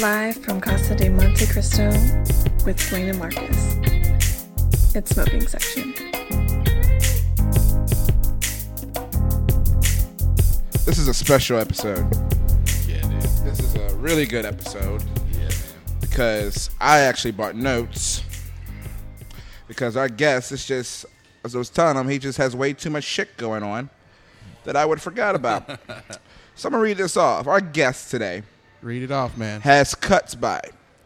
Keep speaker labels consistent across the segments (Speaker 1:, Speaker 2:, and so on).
Speaker 1: Live from Casa de Monte Cristo with Selena Marcus. It's smoking section.
Speaker 2: This is a special episode.
Speaker 3: Yeah, dude.
Speaker 2: This is a really good episode
Speaker 3: Yeah, man.
Speaker 2: because I actually brought notes. Because our guest is just, as I was telling him, he just has way too much shit going on that I would forgot about. so I'm gonna read this off. Our guest today
Speaker 3: Read it off, man.
Speaker 2: has cuts by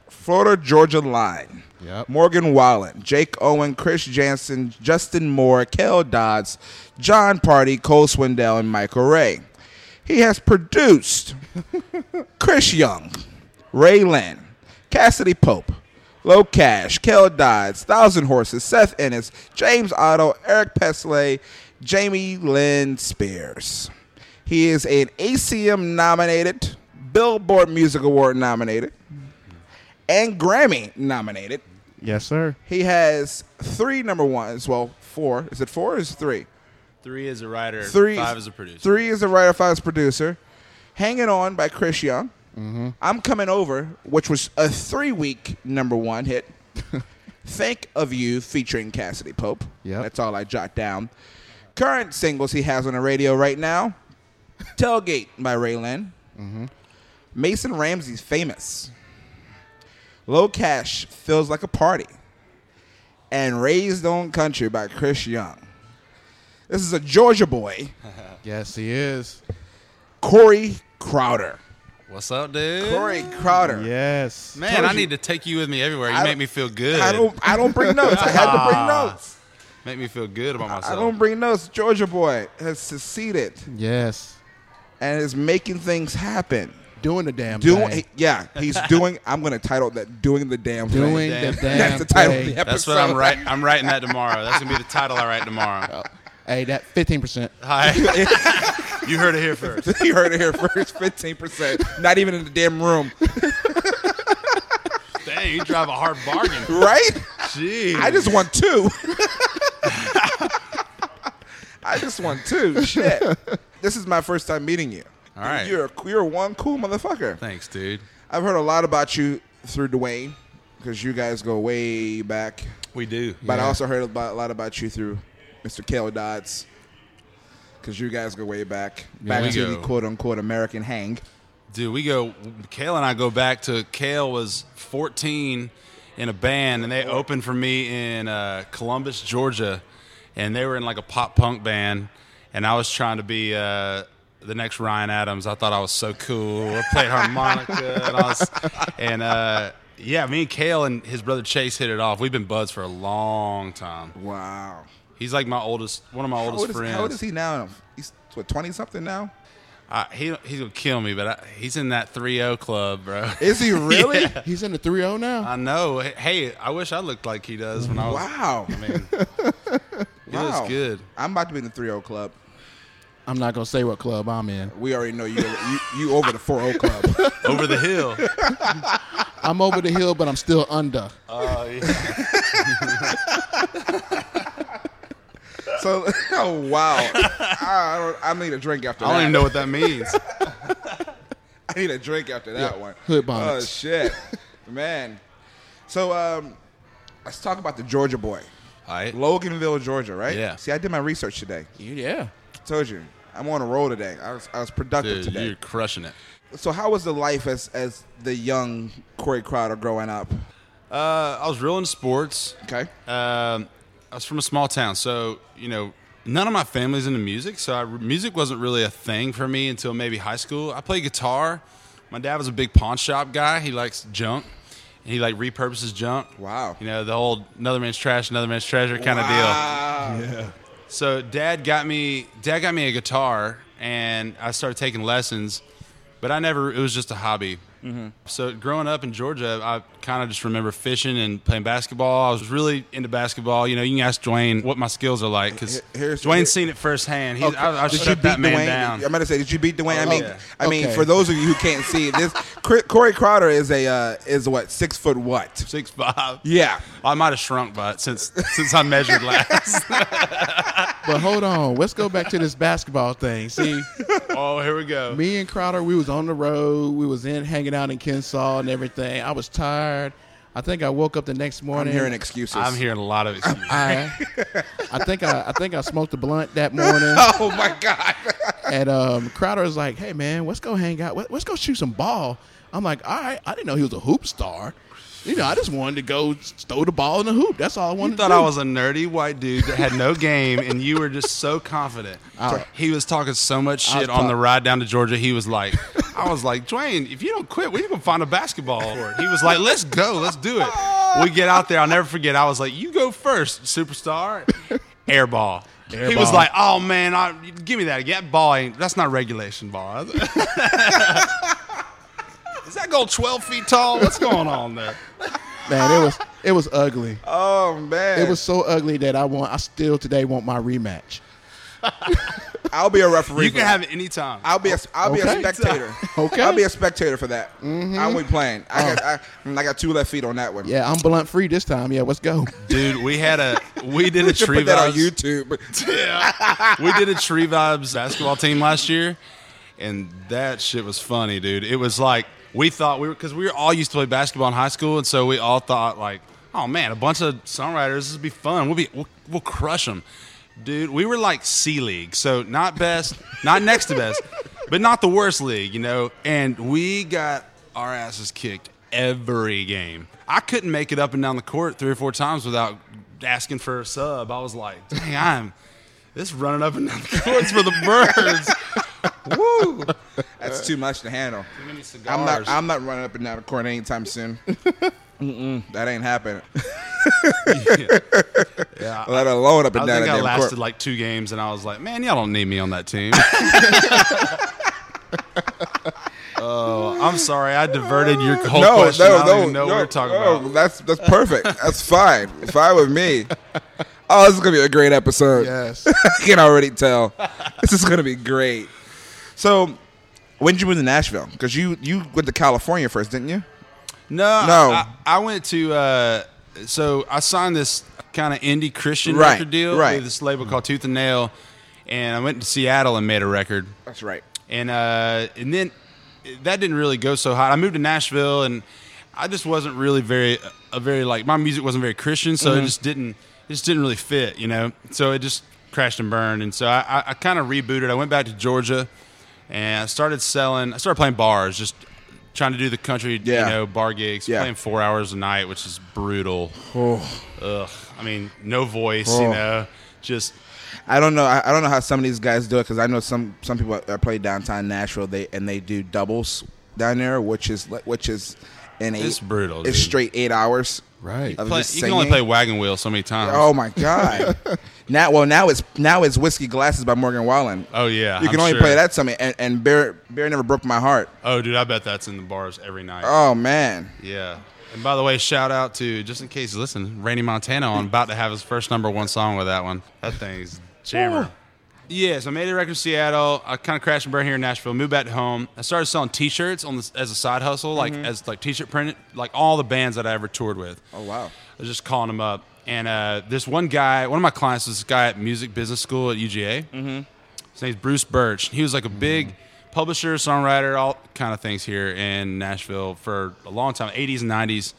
Speaker 2: Florida Georgia Line,
Speaker 3: Yep.
Speaker 2: Morgan Wallen, Jake Owen, Chris Jansen, Justin Moore, Kel Dodds, John Party, Cole Swindell, and Michael Ray. He has produced Chris Young, Ray Lynn, Cassidy Pope, Low Cash, Kel Dodds, Thousand Horses, Seth Ennis, James Otto, Eric Pesley, Jamie Lynn Spears. He is an ACM nominated, Billboard Music Award nominated, and Grammy nominated.
Speaker 3: Yes, sir.
Speaker 2: He has three number ones. Well, four. Is it four or is it three?
Speaker 4: Three is a writer.
Speaker 2: Three.
Speaker 4: Five is a producer.
Speaker 2: Three is a writer. Five is producer. Hanging on by Chris Young. I'm coming over, which was a three-week number one hit. Think of you featuring Cassidy Pope.
Speaker 3: Yep.
Speaker 2: that's all I jot down. Current singles he has on the radio right now: "Tailgate" by Raylan. Mason Ramsey's "Famous." Low Cash feels like a party. And Raised on Country by Chris Young. This is a Georgia boy
Speaker 3: Yes, he is.
Speaker 2: Corey Crowder.
Speaker 4: What's up, dude?
Speaker 2: Corey Crowder.
Speaker 3: Yes.
Speaker 4: Man, I need to take you with me everywhere. You
Speaker 2: I
Speaker 4: make
Speaker 2: don't-
Speaker 4: me feel good. Ah,
Speaker 2: I don't. I don't bring notes. I had to bring notes.
Speaker 4: make me feel good about myself.
Speaker 2: I don't bring notes. Georgia boy has seceded
Speaker 3: Yes.
Speaker 2: and is making things happen.
Speaker 3: Doing the damn
Speaker 2: Doing.
Speaker 3: thing.
Speaker 2: Yeah, he's doing. I'm gonna title that "Doing the Damn Thing."
Speaker 3: Doing
Speaker 4: Damn.
Speaker 3: the damn
Speaker 2: That's the title of
Speaker 3: thing.
Speaker 2: the episode.
Speaker 4: That's what I'm writing. I'm writing that tomorrow. That's gonna be the title I write tomorrow.
Speaker 2: Oh.
Speaker 3: Hey, that 15%.
Speaker 4: Hi. you heard it here first.
Speaker 2: you heard it here first. Fifteen percent. Not even in the damn room,
Speaker 4: Dang, you drive a hard bargain.
Speaker 2: right?
Speaker 4: Jeez.
Speaker 2: I just want two. I just want two. Shit. This is my first time meeting you.
Speaker 4: All right.
Speaker 2: You're a, you're one cool motherfucker.
Speaker 4: Thanks, dude.
Speaker 2: I've heard a lot about you through Dwayne because you guys go way back.
Speaker 4: We do.
Speaker 2: But I
Speaker 3: Yeah.
Speaker 2: also heard about, a lot about you through Mr. Kale Dodds because you guys go way back. Back
Speaker 3: Yeah.
Speaker 2: to
Speaker 4: We
Speaker 2: the
Speaker 4: go.
Speaker 2: quote unquote American hang.
Speaker 4: Dude, we go. Kale and I go back to Kale was 14 in a band, and they opened for me in uh, Columbus, Georgia, and they were in like a pop punk band, and I was trying to be uh, the next Ryan Adams. I thought I was so cool. I played harmonica, and, I was, and uh, yeah, me and Kale and his brother Chase hit it off. We've been buds for a long time.
Speaker 2: Wow.
Speaker 4: He's like my oldest, one of my
Speaker 2: How
Speaker 4: oldest
Speaker 2: old, is,
Speaker 4: friends.
Speaker 2: how old is he now? He's what twenty something now.
Speaker 4: I, he he's gonna kill me, but I, he's in that 3-0 club, bro.
Speaker 2: Is he
Speaker 3: Oh,
Speaker 2: really?
Speaker 3: He's in the 3 0 now.
Speaker 4: I know. Hey, I wish I looked like he does when I was.
Speaker 2: Wow.
Speaker 4: I mean, he looks good.
Speaker 2: I'm about to be in the three O club.
Speaker 3: I'm not going to say what club I'm in.
Speaker 2: We already know you. You, you over the four O club.
Speaker 4: Over the hill.
Speaker 3: I'm over the hill, but I'm still under.
Speaker 4: Oh, yeah.
Speaker 2: So, oh wow. I, I don't. I need a drink after
Speaker 4: I don't
Speaker 2: that.
Speaker 4: even know what that means.
Speaker 2: I need a drink after that
Speaker 3: Yeah,
Speaker 2: one.
Speaker 3: hood bonnets.
Speaker 2: Oh shit, man. So um, let's talk about the Georgia boy,
Speaker 4: All right.
Speaker 2: Loganville, Georgia, right?
Speaker 4: Yeah.
Speaker 2: See, I did my research today.
Speaker 3: Yeah.
Speaker 2: told you, I'm on a roll today. I was I was productive
Speaker 4: Dude,
Speaker 2: today.
Speaker 4: you're crushing it.
Speaker 2: So how was the life as as the young Corey Crowder growing up?
Speaker 4: Uh, I was real into sports.
Speaker 2: Okay.
Speaker 4: Um, I was from a small town, so you know, none of my family's into music. So I, music wasn't really a thing for me until maybe high school. I played guitar. My dad was a big pawn shop guy. He likes junk. And he like repurposes junk.
Speaker 2: Wow.
Speaker 4: You know the whole another man's trash, another man's treasure kind of deal.
Speaker 2: Wow.
Speaker 4: So dad got me dad got me a guitar and I started taking lessons, but I never it was just a hobby. So growing up in Georgia, I kind of just remember fishing and playing basketball. I was really into basketball. You know, you can ask Dwayne what my skills are like because
Speaker 2: Here- here's-
Speaker 4: Dwayne's seen it firsthand. He's, I, I
Speaker 2: Did
Speaker 4: shut that man
Speaker 2: Dwayne?
Speaker 4: down.
Speaker 2: I'm gonna say, did you beat Dwayne? I mean,
Speaker 4: Oh, yeah.
Speaker 2: I mean,
Speaker 3: Okay.
Speaker 2: for those of you who can't see this, Cor- Corey Crowder is a uh, is what six foot what?
Speaker 4: Six five.
Speaker 2: Yeah,
Speaker 4: I might have shrunk, but since since I measured last.
Speaker 3: But hold on. Let's go back to this basketball thing. See,
Speaker 4: oh, here we go.
Speaker 3: me and Crowder, we was on the road. We was in hanging hanging out in Kensaw and everything. I was tired. I think I woke up the next
Speaker 2: I'm
Speaker 3: morning.
Speaker 2: hearing excuses.
Speaker 4: I'm hearing a lot of excuses.
Speaker 3: I, I think I, I think I smoked a blunt that morning.
Speaker 2: Oh my god!
Speaker 3: And um, Crowder was like, "Hey man, let's go hang out. Let- Let's go shoot some ball." I'm like, "All right, I didn't know he was a hoop star. You know, I just wanted to go throw the ball in the hoop. That's all I wanted."
Speaker 4: You thought
Speaker 3: to do.
Speaker 4: I was a nerdy white dude that had no game, and you were just so confident. he was talking so much
Speaker 3: was
Speaker 4: shit on
Speaker 3: talk-
Speaker 4: the ride down to Georgia. He was like, I was like, Dwayne, if you don't quit, we can find a basketball court. He was like, Let's go, let's do it. We get out there. I'll never forget. I was like, You go first, superstar. Air ball.
Speaker 3: Air
Speaker 4: he was
Speaker 3: ball.
Speaker 4: like, "Oh man, I, give me that again. That ball ain't. That's not regulation ball. Is that goal twelve feet tall? What's going on there?"
Speaker 3: man. It was it was ugly.
Speaker 2: Oh man!
Speaker 3: It was so ugly that I want. I still today want my rematch.
Speaker 2: I'll be a referee.
Speaker 4: You
Speaker 2: for
Speaker 4: can
Speaker 2: that.
Speaker 4: have it any time.
Speaker 2: I'll be a, I'll be a
Speaker 3: Okay.
Speaker 2: spectator.
Speaker 3: Okay. Mm-hmm.
Speaker 2: I'll be a spectator for that. I won't be playing. I got I, I got two left feet on that one.
Speaker 3: Oh. Yeah, I'm blunt free this time. Yeah, let's go.
Speaker 4: Dude, we had a we did a
Speaker 2: should
Speaker 4: tree
Speaker 2: put that on
Speaker 4: vibes.
Speaker 2: YouTube.
Speaker 4: we did a tree vibes basketball team last year, and that shit was funny, dude. It was like we thought we were because we were all used to play basketball in high school, and so we all thought like, oh man, a bunch of songwriters, this would be fun. We'll be we'll, we'll crush them, dude. We were like C league, so not best, not next to best, but not the worst league, you know. And we got our asses kicked every game. I couldn't make it up and down the court three or four times without asking for a sub. I was like, dang, I'm this running up and down the courts for the birds.
Speaker 2: Woo! That's too much to handle.
Speaker 4: many
Speaker 2: I'm not
Speaker 4: cigars.
Speaker 2: I'm not running up and down the court anytime soon. Mm-mm, that ain't happening.
Speaker 4: Yeah, I,
Speaker 2: Let alone up
Speaker 4: I
Speaker 2: and down
Speaker 4: think
Speaker 2: the
Speaker 4: I
Speaker 2: damn
Speaker 4: lasted
Speaker 2: court.
Speaker 4: like two games, and I was like, man, y'all don't need me on that team. oh, I'm sorry, I diverted your whole question. I don't even know what we're talking
Speaker 2: no, Oh,
Speaker 4: about.
Speaker 2: That's that's perfect. That's fine. fine with me. Oh, this is gonna be a great episode.
Speaker 3: Yes.
Speaker 2: I can already tell. This is gonna be great. So, when did you move to Nashville? Because you you went to California first, didn't you?
Speaker 4: No,
Speaker 2: No.
Speaker 4: I, I went to. Uh, so I signed this kind of indie Christian
Speaker 2: Right,
Speaker 4: record deal
Speaker 2: right.
Speaker 4: with this label called Tooth and Nail, and I went to Seattle and made a record.
Speaker 2: That's right.
Speaker 4: and uh, and then that didn't really go so hot. I moved to Nashville, and I just wasn't really very a very like my music wasn't very Christian, so it
Speaker 2: Mm-hmm.
Speaker 4: just didn't it just didn't really fit, you know. So it just crashed and burned, and so I, I, I kind of rebooted. I went back to Georgia, and I started selling. I started playing bars, just trying to do the country,
Speaker 2: Yeah.
Speaker 4: you know, bar gigs,
Speaker 2: Yeah.
Speaker 4: playing four hours a night, which is brutal. Ugh. I mean, no voice, you
Speaker 2: Oh.
Speaker 4: know, just
Speaker 2: I don't know. I, I don't know how some of these guys do it because I know some some people that play downtown Nashville. They and they do doubles down there, which is like- which is an eight.
Speaker 4: It's brutal,
Speaker 2: It's
Speaker 4: dude.
Speaker 2: straight eight hours.
Speaker 3: Right.
Speaker 2: Of
Speaker 4: play,
Speaker 2: just
Speaker 4: you can only
Speaker 2: singing.
Speaker 4: play wagon wheel so many times.
Speaker 2: Oh my god! now, well, now it's now it's whiskey glasses by Morgan Wallen.
Speaker 4: Oh, yeah,
Speaker 2: you can
Speaker 4: I'm
Speaker 2: only
Speaker 4: sure.
Speaker 2: play that something. And, and Bear Bear never broke my heart.
Speaker 4: Oh, dude, I bet that's in the bars every night.
Speaker 2: Oh man,
Speaker 4: Yeah. And by the way, shout out to just in case you listen, Randy Montana on about to have his first number one song with that one. That thing's jammer. Yeah, so I made a record in Seattle. I kind of crashed and burned here in Nashville. Moved back home. I started selling T-shirts on this as a side hustle, like as like T-shirt print, like all the bands that I ever toured with.
Speaker 2: Oh, wow.
Speaker 4: I was just calling them up, and uh, this one guy, one of my clients, was this guy at music business school at UGA. Mm-hmm. His name's Bruce Birch. He was like a big publisher, songwriter, all kind of things here in Nashville for a long time, 80s and 90s.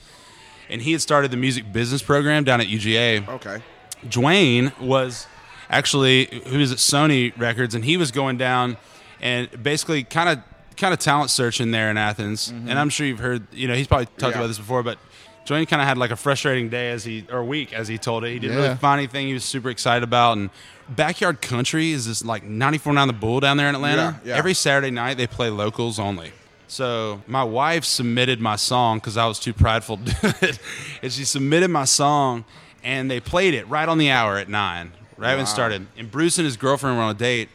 Speaker 4: And he had started the music business program down at UGA.
Speaker 2: okay.
Speaker 4: Dwayne was actually who was at Sony Records, and he was going down and basically kind of kind of talent searching there in Athens. And I'm sure you've heard, you know, he's probably talked
Speaker 2: Mm-hmm. Yeah.
Speaker 4: about this before, but Dwayne kind of had like a frustrating day as he or week as he told it. He didn't
Speaker 3: Yeah.
Speaker 4: really find anything he was super excited about. And Backyard Country is this like 94 9 the Bull down there in Atlanta.
Speaker 2: Yeah, yeah.
Speaker 4: Every Saturday night they play locals only. So my wife submitted my song because I was too prideful to do it, and she submitted my song, and they played it right on the hour at nine, right when it started. And Bruce and his girlfriend were on a date,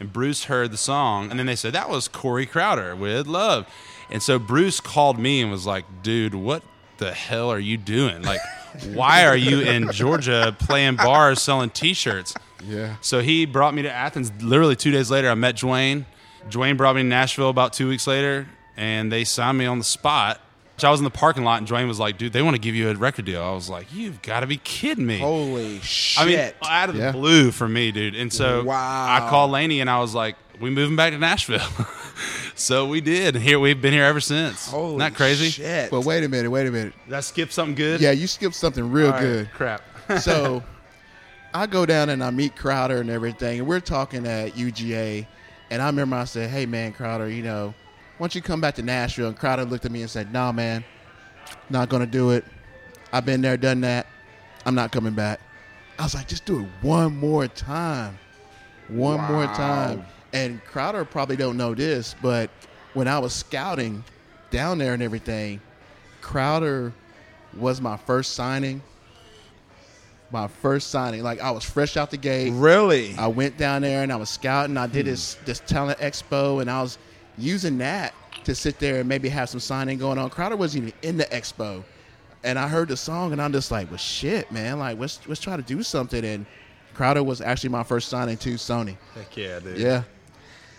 Speaker 4: and Bruce heard the song, and then they said that was Corey Crowder with Love, and so Bruce called me and was like, "Dude, what the hell are you doing? Like, why are you in Georgia playing bars selling T-shirts?"
Speaker 3: Yeah.
Speaker 4: So he brought me to Athens literally two days later. I met Dwayne. Dwayne brought me to Nashville about two weeks later, and they signed me on the spot. So I was in the parking lot, and Dwayne was like, dude, they want to give you a record deal. I was like, you've got to be kidding me.
Speaker 2: Holy shit!
Speaker 4: I mean, out of
Speaker 3: Yeah.
Speaker 4: the blue for me, dude. And so
Speaker 2: Wow.
Speaker 4: I called Laney and I was like, we moved him back to Nashville. so we did. and Here we've been here ever since.
Speaker 2: Holy
Speaker 4: Not crazy.
Speaker 2: Shit.
Speaker 3: But wait a minute, wait a minute.
Speaker 4: Did I skip something good?
Speaker 3: Yeah, you skipped something real
Speaker 4: All right,
Speaker 3: good.
Speaker 4: Crap.
Speaker 3: so I go down and I meet Crowder and everything, and we're talking at UGA. And I remember I said, "Hey man, Crowder, you know, why don't you come back to Nashville?" And Crowder looked at me and said, "Nah, man, not gonna do it. I've been there, done that. I'm not coming back." I was like, "Just do it one more time, one more time." And Crowder probably don't know this, but when I was scouting down there and everything, Crowder was my first signing. My first signing, like I was fresh out the gate.
Speaker 2: really?
Speaker 3: I went down there and I was scouting. I did this this talent expo, and I was using that to sit there and maybe have some signing going on. Crowder wasn't even in the expo, and I heard the song, and I'm just like, "Well, shit, man! Like, let's let's try to do something." And Crowder was actually my first signing to Sony.
Speaker 4: Heck yeah, dude.
Speaker 3: Yeah,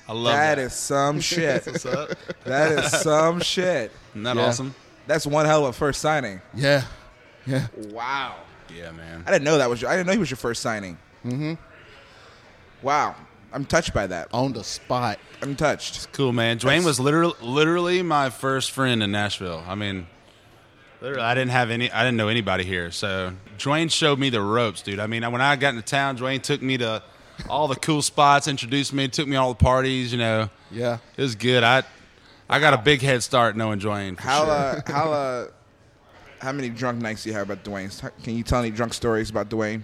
Speaker 4: I love
Speaker 2: that
Speaker 4: that.
Speaker 2: is some shit.
Speaker 4: What's up?
Speaker 2: that is some shit.
Speaker 4: Isn't that
Speaker 3: Yeah.
Speaker 4: awesome?
Speaker 2: That's one hell of a first signing.
Speaker 3: yeah, yeah.
Speaker 2: Wow.
Speaker 4: Yeah, man.
Speaker 2: I didn't know that was. Your, I didn't know he was your first signing. Mm-hmm. Wow. I'm touched by that.
Speaker 3: On the spot.
Speaker 2: I'm touched.
Speaker 4: Cool, man. Dwayne was literally, literally my first friend in Nashville. I mean, literally, I didn't have any, I didn't know anybody here. So Dwayne showed me the ropes, dude. I mean, when I got into town, Dwayne took me to all the cool spots, introduced me, took me to all the parties. You know,
Speaker 3: Yeah.
Speaker 4: it was good. I, I got a big head start knowing Dwayne. For
Speaker 2: How
Speaker 4: sure.
Speaker 2: uh, how uh, how many drunk nights do you have about Dwayne? Can you tell any drunk stories about Dwayne?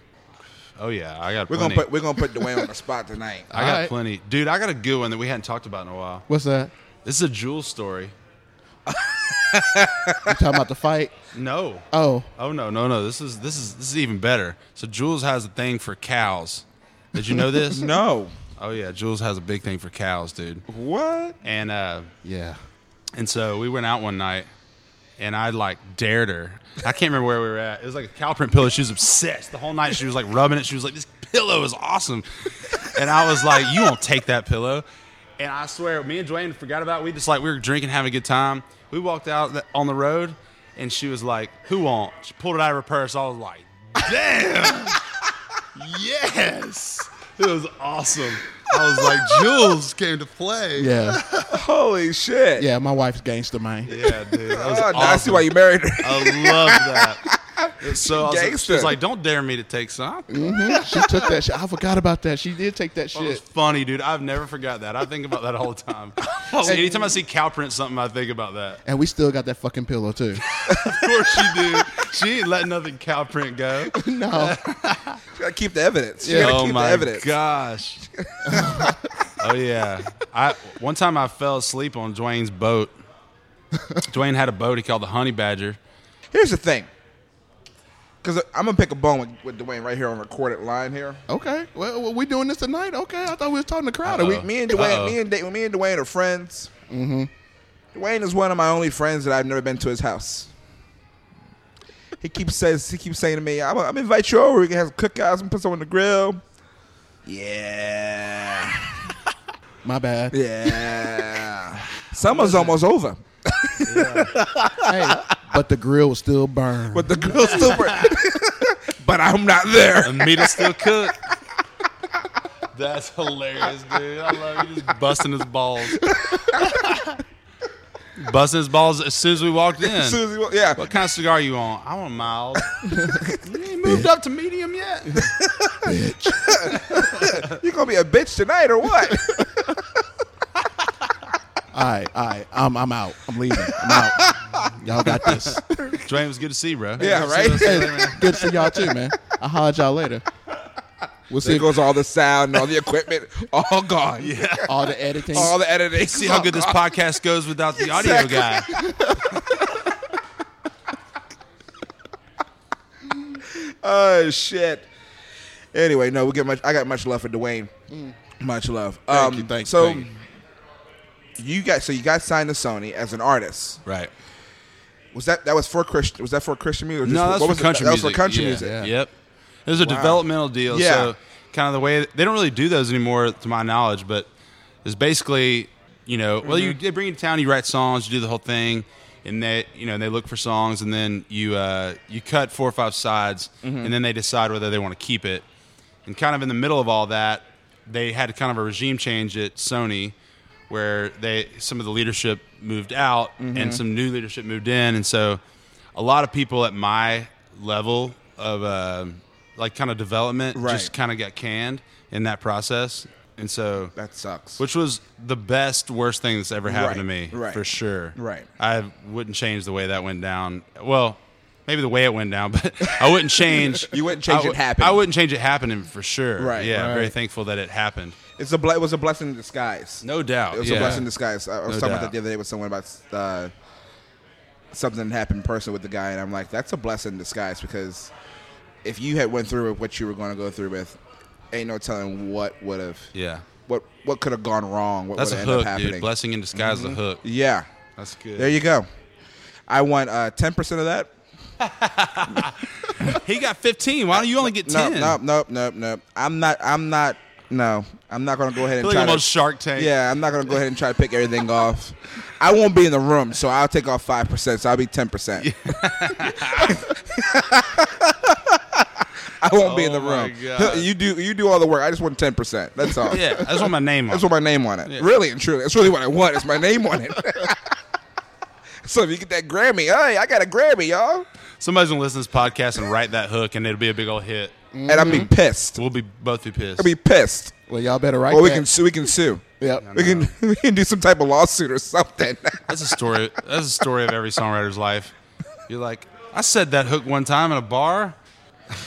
Speaker 4: Oh yeah, I got.
Speaker 2: We're
Speaker 4: plenty.
Speaker 2: gonna put we're gonna put Dwayne on the spot tonight.
Speaker 4: I got
Speaker 3: Alright.
Speaker 4: plenty, dude. I got a good one that we hadn't talked about in a while.
Speaker 3: What's that?
Speaker 4: This is a Jewel story.
Speaker 3: You talking about the fight?
Speaker 4: No.
Speaker 3: Oh,
Speaker 4: Oh no, no, no. This is this is this is even better. So Jules has a thing for cows. Did you know this?
Speaker 2: No.
Speaker 4: Oh yeah, Jules has a big thing for cows, dude.
Speaker 2: What?
Speaker 4: And uh
Speaker 3: yeah.
Speaker 4: and so we went out one night and I like dared her. I can't remember where we were at. It was like a cow print pillow. She was obsessed. The whole night she was like rubbing it. She was like, This pillow is awesome. And I was like, You won't take that pillow. And I swear, me and Dwayne forgot about it. We just like we were drinking, having a good time. We walked out th- on the road and she was like, Who won't? She pulled it out of her purse. I was like, Damn. yes. It was awesome. I was like, Jules came to play.
Speaker 3: Yeah,
Speaker 2: Holy shit.
Speaker 3: yeah. My wife's gangster, man.
Speaker 4: Yeah, dude. That
Speaker 2: Oh,
Speaker 4: was
Speaker 2: now I see
Speaker 4: awesome.
Speaker 2: why you married her.
Speaker 4: I love that. So I was like, she
Speaker 2: Gangster.
Speaker 4: was like, "Don't dare me to take some."
Speaker 3: Mhm. She took that shit. I forgot about that. She did take that
Speaker 4: It was
Speaker 2: Mm-hmm.
Speaker 3: shit.
Speaker 4: funny, dude. I've never forgot that. I think about that all the time. See, anytime I see cow print something, I think about that.
Speaker 3: And we still got that fucking pillow too.
Speaker 4: Of course she did. She ain't let nothing cow print go.
Speaker 3: no.
Speaker 2: You gotta keep the evidence. You
Speaker 3: Yeah.
Speaker 2: gotta
Speaker 4: oh
Speaker 2: keep
Speaker 4: my
Speaker 2: the evidence.
Speaker 4: gosh. oh yeah. I one time I fell asleep on Dwayne's boat. Dwayne had a boat he called the Honey Badger.
Speaker 2: Here's the thing. Cause I'm gonna pick a bone with, with Dwayne right here on recorded line here.
Speaker 3: Okay. Well, well, we doing this tonight. Okay. I thought we was talking to Crowder.
Speaker 4: Uh-oh.
Speaker 3: We,
Speaker 2: We, me and Dwayne,
Speaker 4: Uh-oh.
Speaker 2: me and Da- me and Dwayne are friends. Mm-hmm. Dwayne is one of my only friends that I've never been to his house. He keeps says he keeps saying to me, "I'm, I'm invite you over. We can have some cookouts and put some on the grill." Yeah,
Speaker 3: my bad.
Speaker 2: yeah. Summer's almost over,
Speaker 3: hey, but the grill was still burned.
Speaker 2: but the grill's still burning. but I'm not there.
Speaker 4: And meat'll still cook. That's hilarious, dude. I love you just busting his balls. busting his balls as soon as we walked
Speaker 2: As
Speaker 4: in.
Speaker 2: soon as he, yeah,
Speaker 4: What kind of cigar you on? I want a mild. you ain't moved up to medium yet.
Speaker 2: you gonna be a bitch tonight or what?
Speaker 3: all right, all right. I'm, I'm out. I'm leaving. I'm out. y'all got this.
Speaker 4: Dwayne was good to see, you, bro.
Speaker 2: Yeah, right?
Speaker 4: See you later,
Speaker 3: Hey,
Speaker 4: man.
Speaker 3: good to see y'all too, man. I'll holler at y'all later. We'll see
Speaker 2: there goes all the sound, and all the equipment, all gone. Yeah,
Speaker 3: all the editing.
Speaker 2: all the editing.
Speaker 4: See how good this podcast goes without the audio guy.
Speaker 2: Oh shit. Anyway, no, we get much. I got much love for Dwayne. Much love. Um,
Speaker 3: you, thank you,
Speaker 2: so
Speaker 3: thank
Speaker 2: you got so you got signed to Sony as an artist.
Speaker 4: Right.
Speaker 2: Was that that was for Christian? Was that for Christian music? or just-
Speaker 4: No, that's
Speaker 2: what
Speaker 4: for
Speaker 2: was it?
Speaker 4: country
Speaker 2: That was
Speaker 4: music.
Speaker 2: for country
Speaker 4: yeah.
Speaker 2: music.
Speaker 3: Yeah.
Speaker 4: Yep. It was a developmental deal.
Speaker 2: Yeah.
Speaker 4: So kind of the way they don't really do those anymore, to my knowledge, but it's basically, you know, well,
Speaker 2: Mm-hmm.
Speaker 4: you they bring you to town, you write songs, you do the whole thing. And they, you know, they look for songs, and then you uh, you cut four or
Speaker 2: Mm-hmm.
Speaker 4: five sides, and then they decide whether they want to keep it. And kind of in the middle of all that, they had kind of a regime change at Sony where they some of the leadership moved out
Speaker 2: Mm-hmm.
Speaker 4: and some new leadership moved in, and so a lot of people at my level of uh, like kind of development
Speaker 2: Right.
Speaker 4: just kind of got canned in that process, and so
Speaker 2: That sucks.
Speaker 4: which was the best worst thing that's ever happened
Speaker 2: Right,
Speaker 4: to me
Speaker 2: right,
Speaker 4: for sure
Speaker 2: right.
Speaker 4: i wouldn't change the way that went down well maybe the way it went down but i wouldn't change
Speaker 2: You wouldn't change
Speaker 4: I
Speaker 2: it happened.
Speaker 4: i wouldn't change it happening for sure
Speaker 2: Right,
Speaker 4: yeah
Speaker 2: right.
Speaker 4: very thankful that it happened
Speaker 2: It's a ble- it was a blessing in disguise.
Speaker 4: no doubt
Speaker 2: it was
Speaker 4: yeah.
Speaker 2: a blessing in disguise. I I was
Speaker 4: No
Speaker 2: talking about
Speaker 4: doubt.
Speaker 2: that the other day with someone about uh, something that happened in person with the guy, and I'm like, that's a blessing in disguise because if you had went through with what you were going to go through with, ain't no telling what would have,
Speaker 4: yeah
Speaker 2: what what could have gone wrong, what would
Speaker 4: that's a
Speaker 2: have ended up
Speaker 4: hook
Speaker 2: happening. Mm-hmm.
Speaker 4: dude blessing in disguise is a hook
Speaker 2: Yeah,
Speaker 4: that's good
Speaker 2: there you go. I want uh, 10% of that.
Speaker 4: he got 15 why do you only get
Speaker 2: No,
Speaker 4: 10
Speaker 2: no, no, no, no. I'm not. I'm not. No, I'm not going to go ahead and
Speaker 4: Feel like
Speaker 2: try
Speaker 4: I'm
Speaker 2: to.
Speaker 4: on Shark Tank.
Speaker 2: Yeah, I'm not going to go ahead and try to pick everything off. I won't be in the room, so I'll take off five percent. So I'll be ten percent. I won't be in the
Speaker 4: Oh my
Speaker 2: room.
Speaker 4: God.
Speaker 2: You do. You do all the work. I just want ten percent. That's all.
Speaker 4: yeah that's what my name
Speaker 2: That's
Speaker 4: was
Speaker 2: what my name on it. Really and truly, that's really what I want. It's my name on it. so if you get that Grammy, hey, I got a Grammy, y'all,
Speaker 4: somebody's gonna listen to this podcast and write that hook and it'll be a big old hit
Speaker 2: and I'll
Speaker 4: Mm-hmm.
Speaker 2: be pissed.
Speaker 4: we'll be both be pissed
Speaker 2: I'll Mm. be pissed.
Speaker 3: Well, y'all better write
Speaker 2: Or we
Speaker 3: that.
Speaker 2: can sue. We can sue.
Speaker 3: Yep.
Speaker 2: We can, we can do some type of lawsuit or something.
Speaker 4: That's a story. That's a story of every songwriter's life. You're like, I said that hook one time in a bar.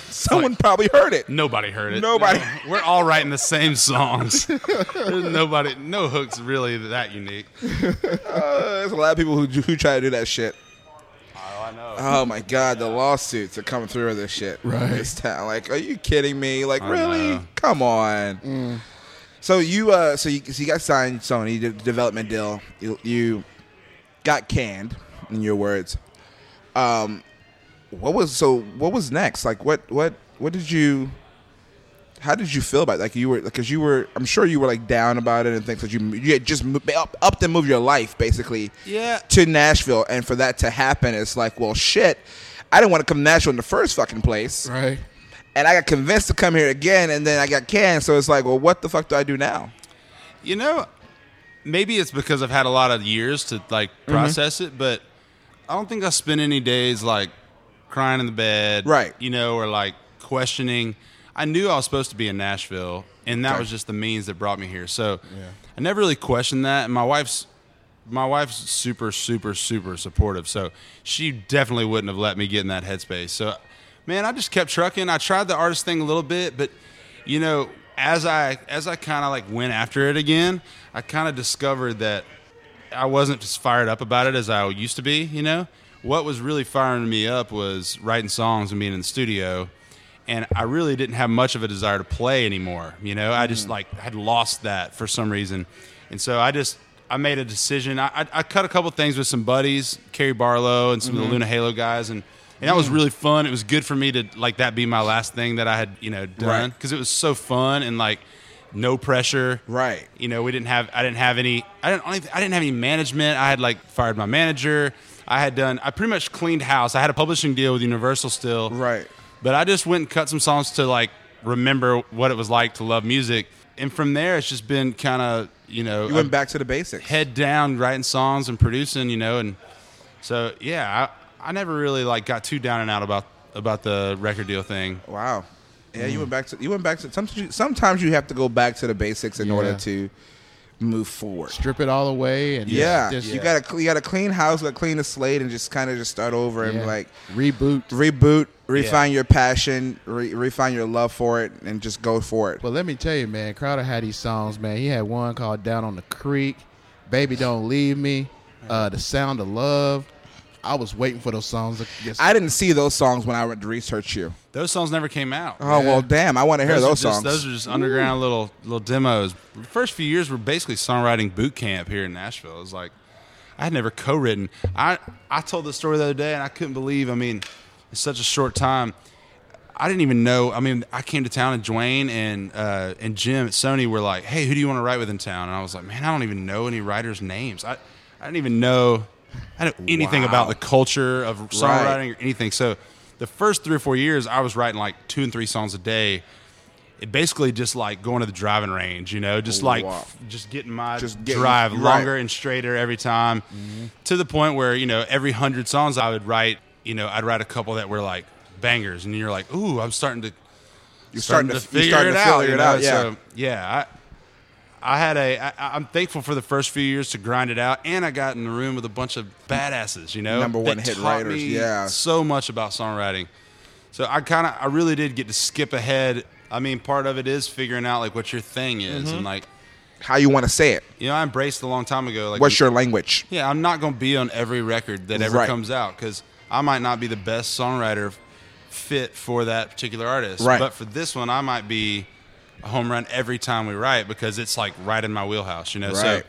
Speaker 2: Someone probably heard it.
Speaker 4: Nobody heard it.
Speaker 2: Nobody.
Speaker 4: No, we're all writing the same songs. There's nobody. No hooks really that unique.
Speaker 2: There's a lot of people who, do- who try to do that shit.
Speaker 4: Oh, I know.
Speaker 2: Oh my god, the lawsuits that come through this shit.
Speaker 3: Right.
Speaker 2: This town. Like, are you kidding me? Like, really?
Speaker 4: know.
Speaker 2: Come on. So you, uh, so you, so you got signed, Sony, you did a development deal. You, you got canned, in your words. Um, what was so? What was next? Like, what, what, what did you? How did you feel about it? like you were because you were I'm sure you were like down about it and things that you you had just mo- up up and moved your life basically
Speaker 4: Yeah.
Speaker 2: to Nashville and for that to happen it's like well shit I didn't want to come to Nashville in the first fucking place
Speaker 3: Right.
Speaker 2: and I got convinced to come here again and then I got canned so it's like well what the fuck do I do now
Speaker 4: You know, maybe it's because I've had a lot of years to like process it, but I don't think I spent any days like crying in the bed,
Speaker 2: Right.
Speaker 4: You know, or like questioning. I knew I was supposed to be in Nashville, and that
Speaker 2: Okay.
Speaker 4: was just the means that brought me here. So I never really questioned that. And my wife's my wife's super, super, super supportive. So she definitely wouldn't have let me get in that headspace. So, man, I just kept trucking. I tried the artist thing a little bit, but you know, as I as I kind of like went after it again, I kind of discovered that I wasn't as fired up about it as I used to be. You know, what was really firing me up was writing songs and being in the studio. And I really didn't have much of a desire to play anymore. You know, I
Speaker 2: Mm.
Speaker 4: just like had lost that for some reason. And so I just, I made a decision. I, I, I cut a couple things with some buddies, Kerry Barlow and some
Speaker 2: Mm-hmm.
Speaker 4: of the Luna Halo guys. And, and that
Speaker 2: Mm.
Speaker 4: was really fun. It was good for me to like that be my last thing that I had, you know, done
Speaker 2: Right.
Speaker 4: because it was so fun and like no pressure.
Speaker 2: Right.
Speaker 4: You know, we didn't have I didn't have any I didn't I didn't have any management. I had like fired my manager. I had done I pretty much cleaned house. I had a publishing deal with Universal still.
Speaker 2: Right.
Speaker 4: But I just went and cut some songs to like remember what it was like to love music. And from there it's just been kind of, you know,
Speaker 2: you
Speaker 4: a
Speaker 2: went back to the basics
Speaker 4: Um, head down writing songs and producing, you know, and so yeah, I, I never really like got too down and out about about the record deal thing.
Speaker 2: wow yeah you went back to you went back to sometimes you, sometimes you have to go back to the basics in order
Speaker 3: Yeah.
Speaker 2: to move forward
Speaker 3: Strip it all away and just-
Speaker 2: Yeah,
Speaker 3: just,
Speaker 2: you got to you got to clean house, got to clean the slate, and just kind of just start over and
Speaker 3: yeah.
Speaker 2: like
Speaker 3: reboot.
Speaker 2: reboot, refine your passion, re- refine your love for it, and just go for it.
Speaker 3: But let me tell you, man, Crowder had these songs, man. He had one called Down on the Creek, Baby Don't Leave Me, uh, The Sound of Love. I was waiting for those songs to just
Speaker 2: I didn't see those songs when I went to research you.
Speaker 4: Those songs never came out.
Speaker 2: Oh well, damn! I want to hear
Speaker 4: Those are
Speaker 2: those,
Speaker 4: just-
Speaker 2: songs.
Speaker 4: Those are just underground little little demos. The first few years were basically songwriting boot camp here in Nashville. It was like I had never co-written. I I told this story the other day and I couldn't believe. I mean, in such a short time, I didn't even know. I mean, I came to town and Dwayne and uh, and Jim at Sony were like, "Hey, who do you want to write with in town?" And I was like, "Man, I don't even know any writers' names. I I didn't even know I don't know anything
Speaker 2: Wow.
Speaker 4: about the culture of songwriting or anything." So the first three or four years, I was writing like two and three songs a day it basically just like going to the driving range, you know, just like
Speaker 2: Wow.
Speaker 4: f- just getting my
Speaker 2: Just getting-
Speaker 4: drive
Speaker 2: right. Mm-hmm.
Speaker 4: longer and straighter every time to the point where, you know, every hundred songs I would write, you know, I'd write a couple that were like bangers and you're like, ooh, I'm starting to
Speaker 2: You're starting, to,
Speaker 4: figure
Speaker 2: you're starting
Speaker 4: it
Speaker 2: to
Speaker 4: out.
Speaker 2: figure
Speaker 4: you
Speaker 2: it
Speaker 4: know?
Speaker 2: out. Yeah.
Speaker 4: So, yeah. I, I had a. I, I'm thankful for the first few years to grind it out, and I got in the room with a bunch of badasses. You know,
Speaker 2: Number one
Speaker 4: that
Speaker 2: hit
Speaker 4: taught
Speaker 2: writers,
Speaker 4: me
Speaker 2: yeah.
Speaker 4: so much about songwriting. So I kind of, I really did get to skip ahead. I mean, part of it is figuring out like what your thing is,
Speaker 2: Mm-hmm.
Speaker 4: and like,
Speaker 2: How you want to say it?
Speaker 4: you know, I embraced a long time ago. Like,
Speaker 2: What's your language?
Speaker 4: yeah, I'm not going to be on every record that ever
Speaker 2: Right.
Speaker 4: comes out because I might not be the best songwriter fit for that particular artist.
Speaker 2: Right.
Speaker 4: But for this one, I might be a home run every time we write because it's like right in my wheelhouse, you know? So
Speaker 2: Right.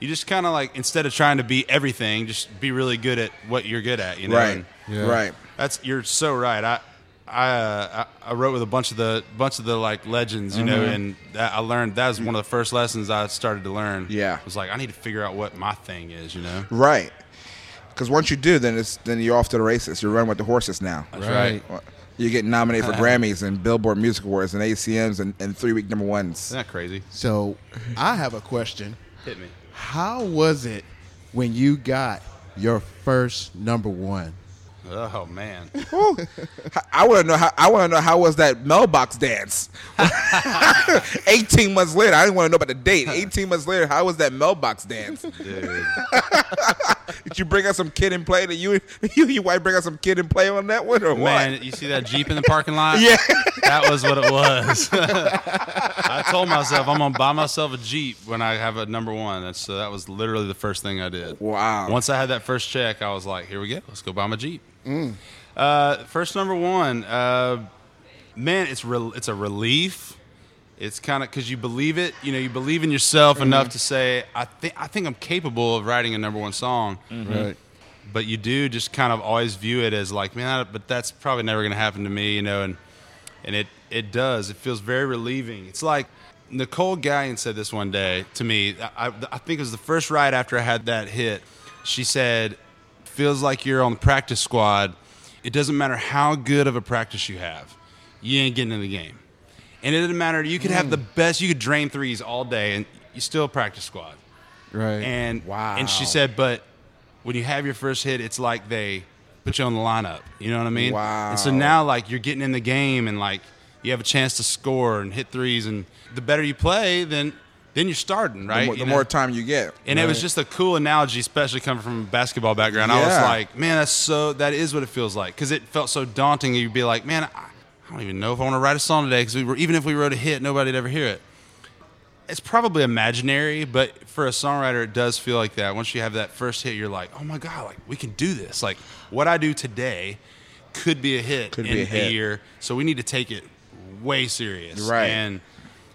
Speaker 4: you just kind of like, instead of trying to be everything, just be really good at what you're good at, you know?
Speaker 2: Right.
Speaker 4: And
Speaker 5: Yeah.
Speaker 2: Right.
Speaker 4: that's, you're so right. I, I, uh, I I wrote with a bunch of the bunch of the like legends, you know,
Speaker 2: Mm-hmm.
Speaker 4: and that I learned that was one of the first lessons I started to learn.
Speaker 2: Yeah.
Speaker 4: it was like I need to figure out what my thing is, you know.
Speaker 2: Right. Because once you do, then it's then you're off to the races. You're running with the horses now.
Speaker 5: Right.
Speaker 2: You get nominated for Grammys and Billboard Music Awards and ACMs and, and three week number ones.
Speaker 4: Isn't that crazy?
Speaker 3: So I have a question.
Speaker 4: Hit me.
Speaker 3: How was it when you got your first number one?
Speaker 4: Oh man.
Speaker 2: Woo. I want to know how. I want to know how was that mailbox dance? Eighteen months later, I didn't want to know about the date. Eighteen months later, how was that mailbox dance?
Speaker 4: Dude.
Speaker 2: Did you bring out some kid and play? Did you you you white bring out some kid and play on that one or what?
Speaker 4: Man, you see that Jeep in the parking lot?
Speaker 2: Yeah.
Speaker 4: That was what it was. I told myself I'm gonna buy myself a Jeep when I have a number one. And so that was literally the first thing I did.
Speaker 2: Wow.
Speaker 4: Once I had that first check, I was like, here we go, let's go buy my Jeep. Uh, first number one, uh, man, it's re- it's a relief. It's kind of because you believe it. You know, you believe in yourself enough to say, I think I think I'm capable of writing a number one song.
Speaker 3: Right.
Speaker 4: but you do just kind of always view it as like, man, I- but that's probably never going to happen to me, you know, and and it it does. It feels very relieving. It's like Nicole Gallion said this one day to me. I, I I think it was the first ride after I had that hit. She said, "Feels like you're on the practice squad. It doesn't matter how good of a practice you have, you ain't getting in the game. And it doesn't matter. You could have the best. You could drain threes all day, and you still a practice squad."
Speaker 3: Right.
Speaker 4: And
Speaker 2: Wow.
Speaker 4: And she said, but when you have your first hit, it's like they put you on the lineup. You know what I mean?
Speaker 2: Wow.
Speaker 4: And so now, like, you're getting in the game, and like you have a chance to score and hit threes, and the better you play, then then you're starting,
Speaker 2: The
Speaker 4: right?
Speaker 2: more- the
Speaker 4: You know?
Speaker 2: more time you get,
Speaker 4: And it was just a cool analogy, especially coming from a basketball background. I was
Speaker 2: Yeah.
Speaker 4: like, man, that's so, that is what it feels like. Because it felt so daunting. You'd be like, man, I, I don't even know if I want to write a song today. Because we were, even if we wrote a hit, nobody'd ever hear it. It's probably imaginary, but for a songwriter, it does feel like that. Once you have that first hit, you're like, oh my God, like we can do this. Like what I do today could be a hit
Speaker 2: Could
Speaker 4: in
Speaker 2: be a hit.
Speaker 4: year. So we need to take it way serious.
Speaker 2: Right.
Speaker 4: And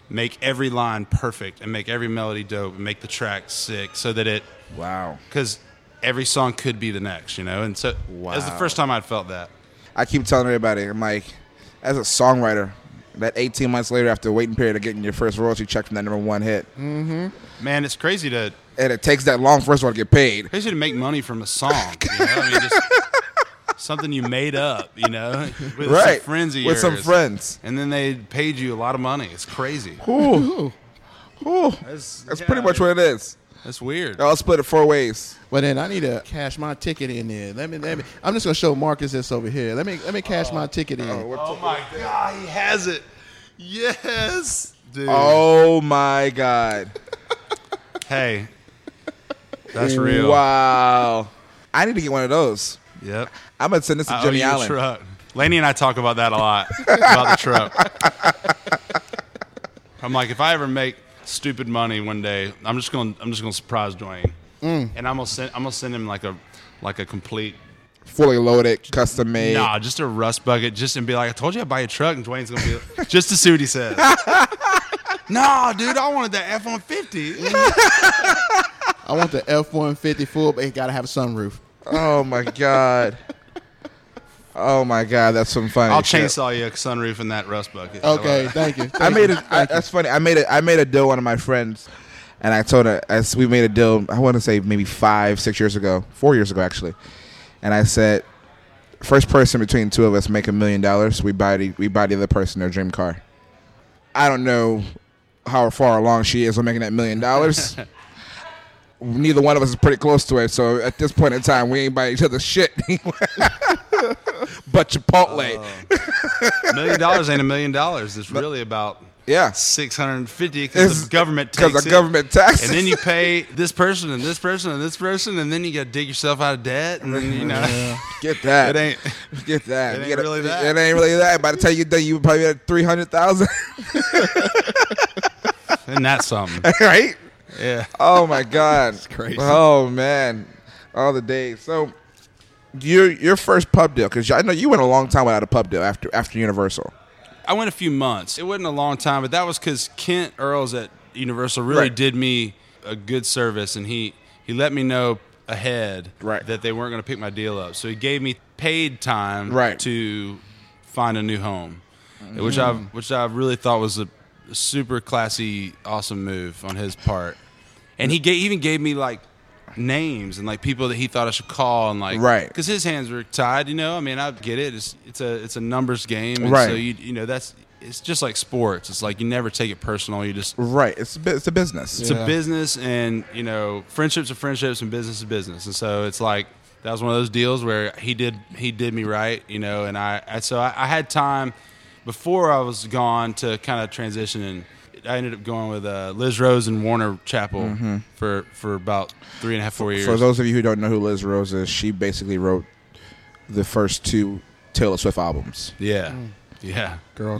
Speaker 4: make every line perfect and make every melody dope and make the track sick so that it
Speaker 2: wow.
Speaker 4: because every song could be the next you know and so that was the
Speaker 2: Wow.
Speaker 4: first time i'd felt that
Speaker 2: I keep telling everybody, I'm like, as a songwriter, that 18 months later after the waiting period of getting your first royalty check from that number one hit,
Speaker 4: Mm-hmm. man it's crazy to
Speaker 2: and it takes that long for us all to get paid.
Speaker 4: crazy to make money from a song you know I mean, just something you made up you know with some
Speaker 2: Right.
Speaker 4: friends of
Speaker 2: With some
Speaker 4: yours.
Speaker 2: friends.
Speaker 4: and then they paid you a lot of money it's crazy
Speaker 2: Ooh. Ooh.
Speaker 4: that's,
Speaker 2: That's
Speaker 4: yeah,
Speaker 2: pretty much what it is.
Speaker 4: that's weird
Speaker 2: I'll split it four ways.
Speaker 3: Well then, I need to cash my ticket in there. Let me, let me. I'm just gonna show Marcus this over here. Let me, let me cash my ticket in.
Speaker 4: oh my god he has it yes dude
Speaker 2: Oh my God.
Speaker 4: hey that's real
Speaker 2: Wow. I need to get one of those.
Speaker 4: yep
Speaker 2: I'm going to send this to
Speaker 4: I owe
Speaker 2: Jimmy
Speaker 4: Oh, you a
Speaker 2: Allen.
Speaker 4: Truck. Laney and I talk about that a lot about the truck. I'm like, if I ever make stupid money one day, I'm just gonna I'm just gonna surprise Dwayne,
Speaker 2: Mm.
Speaker 4: and I'm gonna send I'm gonna send him like a like a complete
Speaker 2: Fully loaded, custom made.
Speaker 4: nah, just a rust bucket, just and be like, I told you I buy a truck, and Dwayne's gonna be just to see what he says. nah, dude, I wanted that F-150.
Speaker 3: I want the F-150 full, but it gotta have a sunroof.
Speaker 2: Oh my God. Oh my God. That's some funny
Speaker 4: I'll
Speaker 2: shit.
Speaker 4: chainsaw you a sunroof in that rust bucket. How about
Speaker 3: Okay,
Speaker 4: that?
Speaker 3: thank you.
Speaker 2: I
Speaker 3: thank
Speaker 2: made
Speaker 3: you,
Speaker 2: it. I,
Speaker 3: thank you.
Speaker 2: that's funny. I made a I made a deal with one of my friends, and I told her as we made a deal. I want to say maybe five, six years ago, four years ago actually, and I said, first person between the two of us make a million dollars, we buy the, we buy the other person their dream car. I don't know how far along she is on making that million dollars. Neither one of us is pretty close to it, so at this point in time, we ain't buying each other shit. but Chipotle,
Speaker 4: million dollars ain't a million dollars. It's really about
Speaker 2: yeah,
Speaker 4: six hundred and fifty because
Speaker 2: It's-
Speaker 4: the government
Speaker 2: 'cause
Speaker 4: takes
Speaker 2: the
Speaker 4: it.
Speaker 2: government taxes.
Speaker 4: and then you pay this person and this person and this person, and then you got to dig yourself out of debt, and then you know.
Speaker 2: get that.
Speaker 4: It ain't.
Speaker 2: Get that.
Speaker 4: It
Speaker 2: You
Speaker 4: ain't really that.
Speaker 2: It ain't really that. By the time you're done, you probably at three hundred thousand,
Speaker 4: And that's something.
Speaker 2: right?
Speaker 4: Yeah.
Speaker 2: Oh my god, it's
Speaker 3: crazy.
Speaker 2: Oh man, all the days. So your your first pub deal, because I know you went a long time without a pub deal after after Universal.
Speaker 4: I went a few months. It wasn't a long time, but that was because Kent Earls at Universal really
Speaker 2: Right.
Speaker 4: did me a good service, and he he let me know ahead
Speaker 2: Right.
Speaker 4: that they weren't going to pick my deal up. So he gave me paid time
Speaker 2: Right. Mm-hmm.
Speaker 4: to find a new home, which I which I really thought was a super classy, awesome move on his part. And he gave, even gave me like names and like people that he thought I should call and like
Speaker 2: Right.
Speaker 4: because his hands were tied. You know, I mean, I get it. It's it's a it's a numbers game. And
Speaker 2: Right.
Speaker 4: So you you know that's it's just like sports. It's like you never take it personal. You just
Speaker 2: Right. It's a bu- it's a business.
Speaker 4: it's a business, and you know friendships are friendships, and business is business. And so it's like that was one of those deals where he did he did me right, you know. And I and so I, I had time before I was gone to kind of transition, and I ended up going with uh, Liz Rose and Warner Chapel for for about three and a half four years.
Speaker 2: Mm-hmm. For those of you who don't know who Liz Rose is, she basically wrote the first two Taylor Swift albums.
Speaker 4: yeah, yeah,
Speaker 3: Girl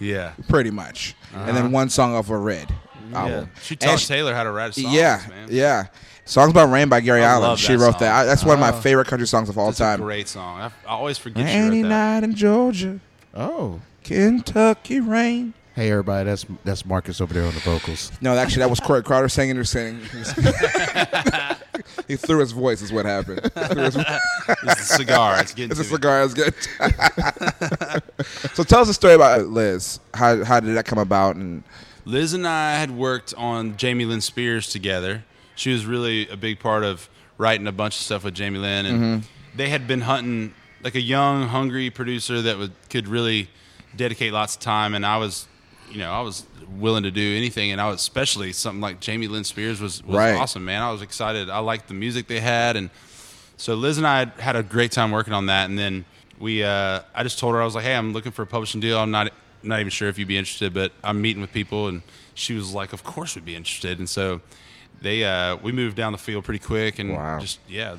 Speaker 4: yeah.
Speaker 2: pretty much. And then one song off a Red
Speaker 4: Yeah.
Speaker 2: album.
Speaker 4: She
Speaker 2: And
Speaker 4: taught
Speaker 2: Uh-huh. she-
Speaker 4: Taylor how to write songs,
Speaker 2: yeah,
Speaker 4: man.
Speaker 2: yeah. Songs about Rain by Gary
Speaker 4: I
Speaker 2: Allen.
Speaker 4: love
Speaker 2: She
Speaker 4: that
Speaker 2: wrote
Speaker 4: song. Oh.
Speaker 2: that. I, that's one of my favorite country songs of all
Speaker 4: That's
Speaker 2: time.
Speaker 4: a great song. I, I always forget she
Speaker 2: Rainy
Speaker 4: wrote that.
Speaker 2: night in Georgia,
Speaker 3: Oh.
Speaker 2: Kentucky rain.
Speaker 3: Hey everybody, that's that's Marcus over there on the vocals.
Speaker 2: No, actually, that was Corey Crowder singing or singing. he threw his voice. Is what happened. He threw his-
Speaker 4: It's a cigar. It's getting
Speaker 2: It's a
Speaker 4: to me.
Speaker 2: cigar. It's good. so tell us a story about Liz. How how did that come about? And
Speaker 4: Liz and I had worked on Jamie Lynn Spears together. She was really a big part of writing a bunch of stuff with Jamie Lynn, and
Speaker 2: Mm-hmm.
Speaker 4: they had been hunting like a young, hungry producer that would could really dedicate lots of time. And I was, you know, I was willing to do anything, and I was especially something like Jamie Lynn Spears was, was
Speaker 2: Right.
Speaker 4: awesome, man. I was excited. I liked the music they had, and so Liz and I had- had a great time working on that, and then we. Uh, I just told her I was like, "Hey, I'm looking for a publishing deal. I'm not not even sure if you'd be interested, but I'm meeting with people." And she was like, "Of course we'd be interested." And so they uh, we moved down the field pretty quick, and
Speaker 2: Wow.
Speaker 4: just yeah,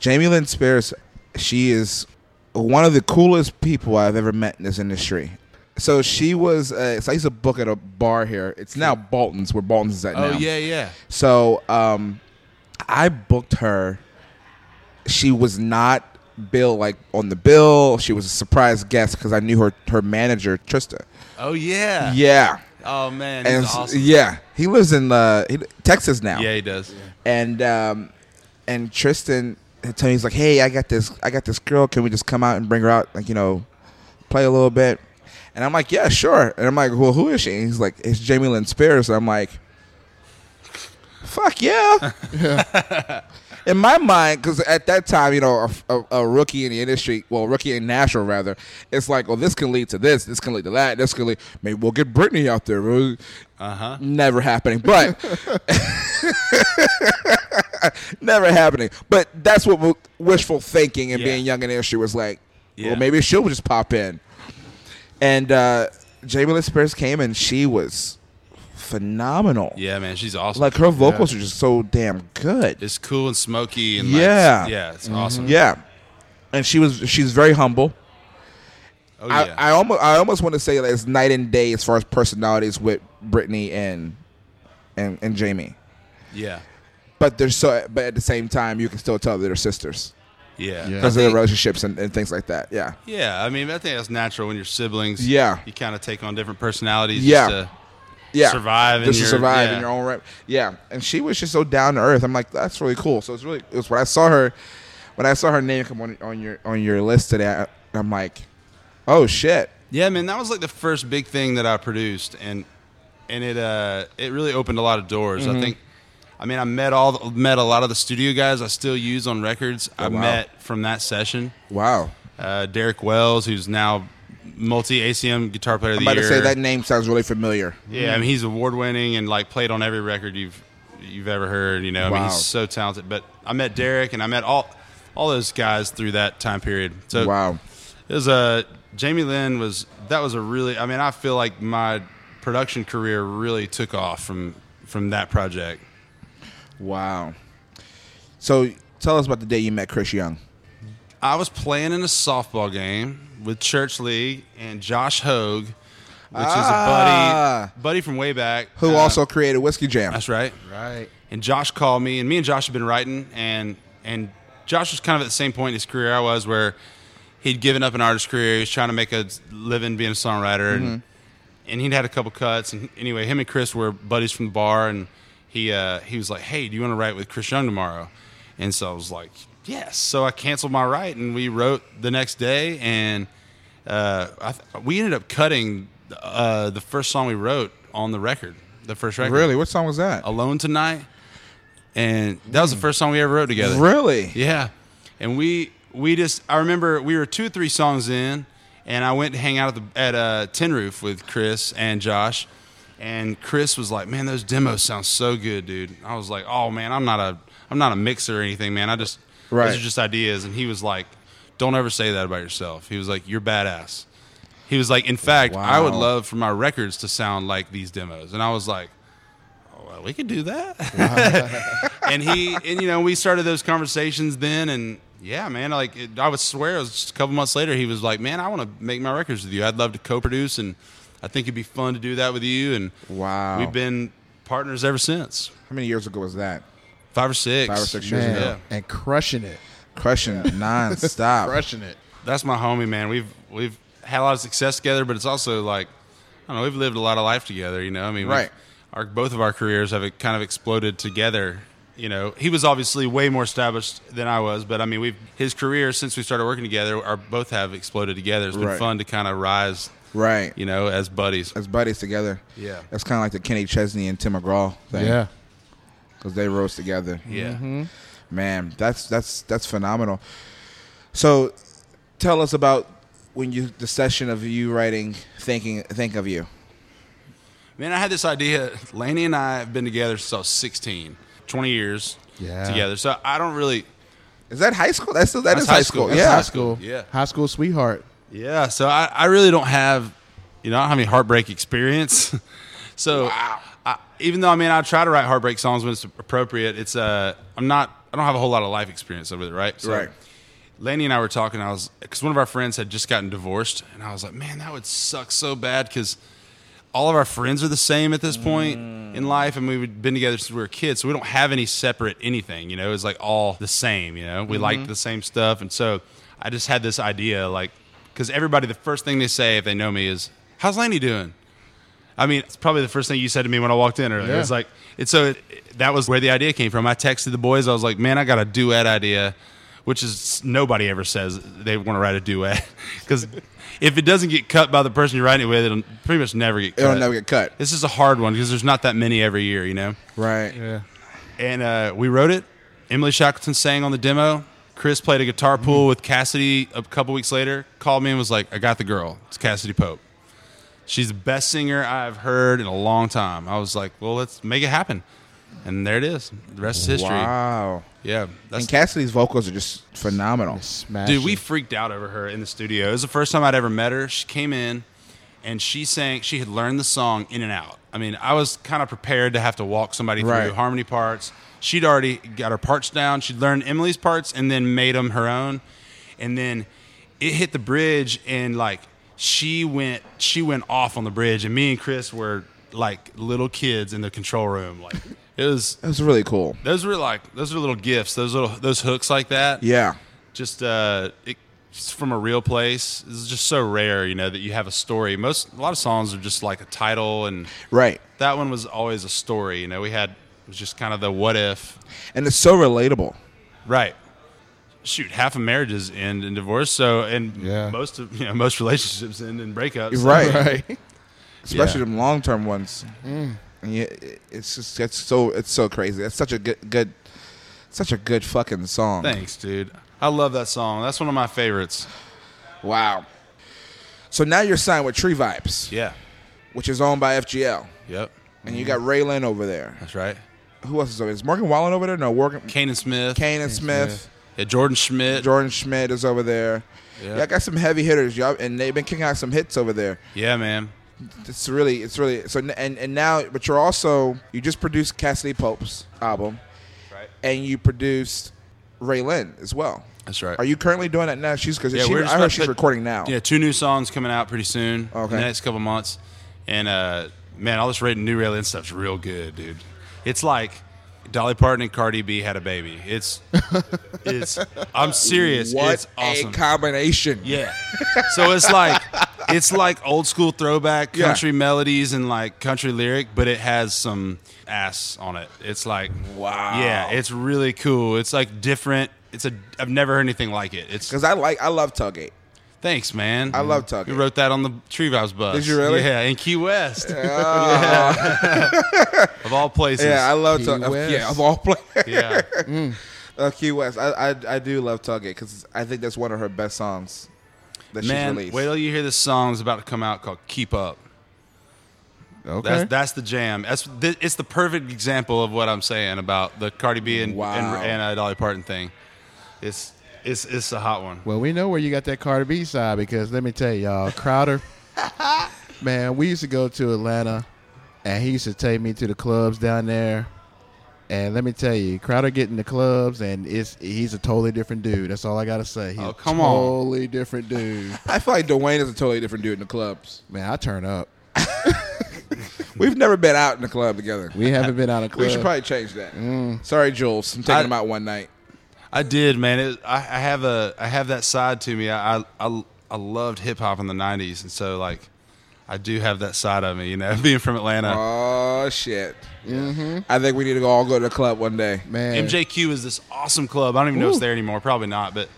Speaker 2: Jamie Lynn Spears, she is one of the coolest people I've ever met in this industry. So she was. Uh, so I used to book at a bar here. It's now Balton's, where Balton's is at
Speaker 4: oh
Speaker 2: now.
Speaker 4: yeah, yeah,
Speaker 2: So um, I booked her. She was not bill like on the bill. She was a surprise guest because I knew her her manager Trista.
Speaker 4: oh yeah,
Speaker 2: Yeah,
Speaker 4: Oh man,
Speaker 2: and
Speaker 4: he's
Speaker 2: s-
Speaker 4: awesome.
Speaker 2: yeah, he lives in uh, he- Texas now.
Speaker 4: yeah, he does.
Speaker 2: and um, and Tristan had told me he's like, hey, I got this, I got this girl. Can we just come out and bring her out, like you know, play a little bit? And I'm like, yeah, sure. And I'm like, well, who is she? And he's like, it's Jamie Lynn Spears. And I'm like, fuck yeah. In my mind, because at that time, you know, a, a, a rookie in the industry, well, rookie in Nashville rather, it's like, oh, this can lead to this, this can lead to that, this can lead. Maybe we'll get Britney out there. We'll-
Speaker 4: Uh huh.
Speaker 2: never happening but never happening but that's what w- wishful thinking and
Speaker 4: Yeah.
Speaker 2: being young in the industry was like
Speaker 4: Yeah.
Speaker 2: well maybe she'll just pop in and uh jamie lynn spears came and she was phenomenal
Speaker 4: Yeah, man, she's awesome.
Speaker 2: like her vocals are just so damn good
Speaker 4: it's cool and smoky and like,
Speaker 2: Yeah. Mm-hmm.
Speaker 4: yeah, it's awesome.
Speaker 2: yeah and she was she's very humble
Speaker 4: Oh
Speaker 2: I,
Speaker 4: yeah,
Speaker 2: I almost I almost want to say that it's night and day as far as personalities with Brittany and and and Jamie.
Speaker 4: yeah,
Speaker 2: but they're so but at the same time you can still tell they're sisters
Speaker 4: yeah,
Speaker 3: Yeah.
Speaker 4: I
Speaker 2: because of their
Speaker 4: think-
Speaker 2: relationships and, and things like that yeah
Speaker 4: Yeah, I mean, I think that's natural when you're siblings.
Speaker 2: Yeah.
Speaker 4: you kind of take on different personalities.
Speaker 2: Yeah.
Speaker 4: just to
Speaker 2: yeah
Speaker 4: survive. in
Speaker 2: just to
Speaker 4: your-
Speaker 2: survive
Speaker 4: yeah.
Speaker 2: in your own right yeah and she was just so down to earth i'm like that's really cool so it's really it was when i saw her when i saw her name come on, on your on your list today I, i'm like oh shit
Speaker 4: Yeah, man, that was like the first big thing that I produced, and and it uh it really opened a lot of doors.
Speaker 2: Mm-hmm.
Speaker 4: I think, I mean, I met all the, met a lot of the studio guys I still use on records. I
Speaker 2: Oh, wow.
Speaker 4: met from that session.
Speaker 2: wow
Speaker 4: Uh, Derek Wells, who's now multi ACM guitar player of
Speaker 2: I'm
Speaker 4: the
Speaker 2: about to say
Speaker 4: year.
Speaker 2: that name sounds really familiar.
Speaker 4: Yeah, I mean he's award winning and like played on every record you've you've ever heard. You know, I mean
Speaker 2: Wow.
Speaker 4: he's so talented. But I met Derek and I met all all those guys through that time period. So
Speaker 2: Wow.
Speaker 4: it was a Jamie Lynn was that was a really. I mean I feel like my production career really took off from from that project.
Speaker 2: Wow. So tell us about the day you met Chris Young.
Speaker 4: I was playing in a softball game with Church League and Josh Hogue, which
Speaker 2: Ah.
Speaker 4: is a buddy buddy from way back
Speaker 2: Who
Speaker 4: Uh,
Speaker 2: also created Whiskey Jam.
Speaker 4: that's right
Speaker 3: Right.
Speaker 4: and Josh called me, and me and Josh had been writing, and and Josh was kind of at the same point in his career I was, where he'd given up an artist career, he was trying to make a living being a songwriter, and and he'd had a couple cuts, and anyway, him and Chris were buddies from the bar, and he uh, he was like, hey, do you want to write with Chris Young tomorrow? And so I was like, yes. So I canceled my write, and we wrote the next day, and uh, I th- we ended up cutting uh, the first song we wrote on the record, the first record.
Speaker 2: Really? What song was that?
Speaker 4: Alone Tonight. And that was the first song we ever wrote together.
Speaker 2: Really?
Speaker 4: Yeah. And we we just I remember we were two or three songs in and I went to hang out at the at uh Tin Roof with Chris and Josh. And Chris was like, Man, those demos sound so good, dude. I was like, Oh man, I'm not a I'm not a mixer or anything, man. I just
Speaker 2: Right.
Speaker 4: these are just ideas. And he was like, Don't ever say that about yourself. He was like, You're badass. He was like, In fact, I would
Speaker 2: Wow.
Speaker 4: love for my records to sound like these demos. And I was like, "Oh, well, we could do that. and he, and you know, we started those conversations then, and yeah, man, like it, I would swear, it was just a couple months later, he was like, "Man, I want to make my records with you. I'd love to co-produce, and I think it'd be fun to do that with you." And
Speaker 2: Wow.
Speaker 4: we've been partners ever since,
Speaker 2: How many years ago was that?
Speaker 4: five or six,
Speaker 2: Five or six years
Speaker 3: Man.
Speaker 2: ago.
Speaker 4: Yeah.
Speaker 3: And crushing it.
Speaker 2: Crushing nonstop.
Speaker 3: Crushing it.
Speaker 4: That's my homie, man. We've we've had a lot of success together, but it's also like, I don't know, we've lived a lot of life together. You know, I mean, we've-
Speaker 2: Right.
Speaker 4: Our both of our careers have kind of exploded together. You know, he was obviously way more established than I was, but I mean, we've his career since we started working together, our both have exploded together. It's been
Speaker 2: Right.
Speaker 4: fun to kind of rise,
Speaker 2: Right.
Speaker 4: you know, as buddies.
Speaker 2: As buddies together.
Speaker 4: Yeah.
Speaker 2: That's kind of like the Kenny Chesney and Tim McGraw thing.
Speaker 3: Yeah.
Speaker 2: Because they rose together.
Speaker 4: Yeah.
Speaker 2: Mm-hmm. Man, that's that's that's phenomenal. So, tell us about when you the session of you writing thinking think of you.
Speaker 4: Man, I had this idea. Laney and I have been together since I was 16, 20 years
Speaker 3: Yeah.
Speaker 4: together. So I don't really,
Speaker 2: Is that high school? That's still, that
Speaker 4: That's
Speaker 2: is
Speaker 4: high
Speaker 2: high
Speaker 4: school.
Speaker 2: school.
Speaker 4: That's
Speaker 2: Yeah.
Speaker 3: High school.
Speaker 4: Yeah.
Speaker 3: High school sweetheart.
Speaker 4: Yeah, so I, I really don't have, you know, I don't have any heartbreak experience. so I, even though I mean I try to write heartbreak songs when it's appropriate, it's uh I'm not I don't have a whole lot of life experience with it, right? So
Speaker 2: Right.
Speaker 4: Laney and I were talking. I was because one of our friends had just gotten divorced, and I was like, man, that would suck so bad because all of our friends are the same at this point in life, and we've been together since we were kids, so we don't have any separate anything. You know, it's like all the same. You know, we like the same stuff, and so I just had this idea, like, because everybody, the first thing they say if they know me is, "How's Laney doing?" I mean, it's probably the first thing you said to me when I walked in earlier.
Speaker 3: Yeah.
Speaker 4: It's like, it's so it, that was where the idea came from. I texted the boys. I was like, man, I got a duet idea, which is nobody ever says they want to write a duet because if it doesn't get cut by the person you're writing it with, it'll pretty much never get cut.
Speaker 2: It'll never get cut.
Speaker 4: This is a hard one because there's not that many every year, you know.
Speaker 2: Right.
Speaker 3: Yeah.
Speaker 4: And uh, we wrote it. Emily Shackleton sang on the demo. Chris played a guitar
Speaker 2: Mm-hmm.
Speaker 4: pool with Cassidy a couple weeks later. Called me and was like, "I got the girl. It's Cassidy Pope. She's the best singer I've heard in a long time." I was like, "Well, let's make it happen." And there it is. The rest is history.
Speaker 2: Wow.
Speaker 4: Yeah, that's
Speaker 2: And Cassidy's vocals are just phenomenal.
Speaker 3: Smash.
Speaker 4: Dude, we
Speaker 3: it.
Speaker 4: freaked out over her in the studio. It was the first time I'd ever met her. She came in and she sang, she had learned the song in and out. I mean, I was kind of prepared to have to walk somebody
Speaker 2: Right.
Speaker 4: through harmony parts. She'd already got her parts down. She'd learned Emily's parts and then made them her own. And then it hit the bridge and like she went she went off on the bridge and me and Chris were like little kids in the control room. Like it was
Speaker 2: That was really cool.
Speaker 4: those were like those were little gifts, those little those hooks like that
Speaker 2: Yeah.
Speaker 4: just uh, it, it's from a real place. It's just so rare, you know, that you have a story. Most a lot of songs are just like a title, and
Speaker 2: Right.
Speaker 4: that one was always a story. You know, we had it was just kind of the what if,
Speaker 2: And it's so relatable.
Speaker 4: right? Shoot, half of marriages end in divorce, so and
Speaker 3: Yeah.
Speaker 4: most of you know most relationships end in breakups.
Speaker 2: Right.
Speaker 3: Right.
Speaker 2: Especially
Speaker 4: Yeah.
Speaker 2: them long term ones. And yeah, it- it's just that's so it's so crazy. That's such a good good such a good fucking song.
Speaker 4: Thanks, dude. I love that song. That's one of my favorites.
Speaker 2: Wow. So now you're signed with Tree Vibes,
Speaker 4: Yeah.
Speaker 2: which is owned by FGL,
Speaker 4: Yep.
Speaker 2: and you got Raylan over there.
Speaker 4: That's right.
Speaker 2: Who else is over? there? Is Morgan Wallen over there? No, Morgan.
Speaker 4: Kanan Smith.
Speaker 2: Kane and Smith,
Speaker 4: Yeah, Jordan Schmidt.
Speaker 2: Jordan Schmidt is over there.
Speaker 4: Yeah.
Speaker 2: Y'all got some heavy hitters, y'all, and they've been kicking out some hits over there.
Speaker 4: yeah, man.
Speaker 2: It's really, it's really. So n- and and now, but you're also you just produced Cassidy Pope's album,
Speaker 4: Right.
Speaker 2: and you produced Ray Lynn as well.
Speaker 4: That's right.
Speaker 2: Are you currently doing that now? She's because
Speaker 4: Yeah,
Speaker 2: she,
Speaker 4: we're
Speaker 2: I
Speaker 4: just
Speaker 2: heard
Speaker 4: about
Speaker 2: she's
Speaker 4: to-
Speaker 2: recording now.
Speaker 4: Yeah, two new songs coming out pretty soon.
Speaker 2: Okay.
Speaker 4: In the next couple months. And uh, man, all this Ra- new Ray Lynn stuff's real good, dude. It's like Dolly Parton and Cardi B had a baby. It's it's I'm serious.
Speaker 2: What
Speaker 4: it's awesome.
Speaker 2: a combination!
Speaker 4: yeah. So it's like it's like old school throwback
Speaker 2: Yeah.
Speaker 4: country melodies and like country lyric, but it has some ass on it. It's like
Speaker 2: Wow.
Speaker 4: Yeah, it's really cool. It's like different. It's a I've never heard anything like it. It's
Speaker 2: Because I like, I love Tugate.
Speaker 4: Thanks, man.
Speaker 2: I love Tucker.
Speaker 4: You wrote that on the Tree Vibes bus.
Speaker 2: Did you really?
Speaker 4: Yeah, in Key West. Yeah. of all places.
Speaker 2: Oh. Yeah, I love
Speaker 3: Key
Speaker 2: Tugate.
Speaker 3: West.
Speaker 2: Yeah, of all places,
Speaker 4: yeah.
Speaker 2: uh, Key West. I, I I do love Tugate because I think that's one of her best songs that
Speaker 4: man,
Speaker 2: she's released.
Speaker 4: wait till you hear this song that's about to come out called "Keep Up."
Speaker 3: Okay.
Speaker 4: That's that's the jam. That's th- it's the perfect example of what I'm saying about the Cardi B and
Speaker 2: Wow.
Speaker 4: and, and uh, Dolly Parton thing. It's it's it's a hot one.
Speaker 3: Well, we know where you got that Carter B side because let me tell y'all, Crowder, man, we used to go to Atlanta and he used to take me to the clubs down there. And let me tell you, Crowder get in the clubs and it's he's a totally different dude. That's all I gotta say. He's
Speaker 4: Oh, come
Speaker 3: a
Speaker 4: on.
Speaker 3: totally different dude.
Speaker 2: I feel like Dwayne is a totally different dude in the clubs.
Speaker 3: Man, I turn up.
Speaker 2: We've never been out in the club together.
Speaker 3: We haven't been out of club.
Speaker 2: We should probably change that. Sorry, Jules. I'm taking
Speaker 4: Uh, mm. I-
Speaker 2: him out one night.
Speaker 4: I did, man. It, I, I have a I have that side to me. I I- I, I loved hip hop in the '90s, and so like I do have that side of me. You know, being from Atlanta.
Speaker 2: Oh shit! Mm-hmm. I think we need to go all go to the club one day.
Speaker 3: man.
Speaker 4: MJQ is this awesome club. I don't even know if it's there anymore. Probably not, but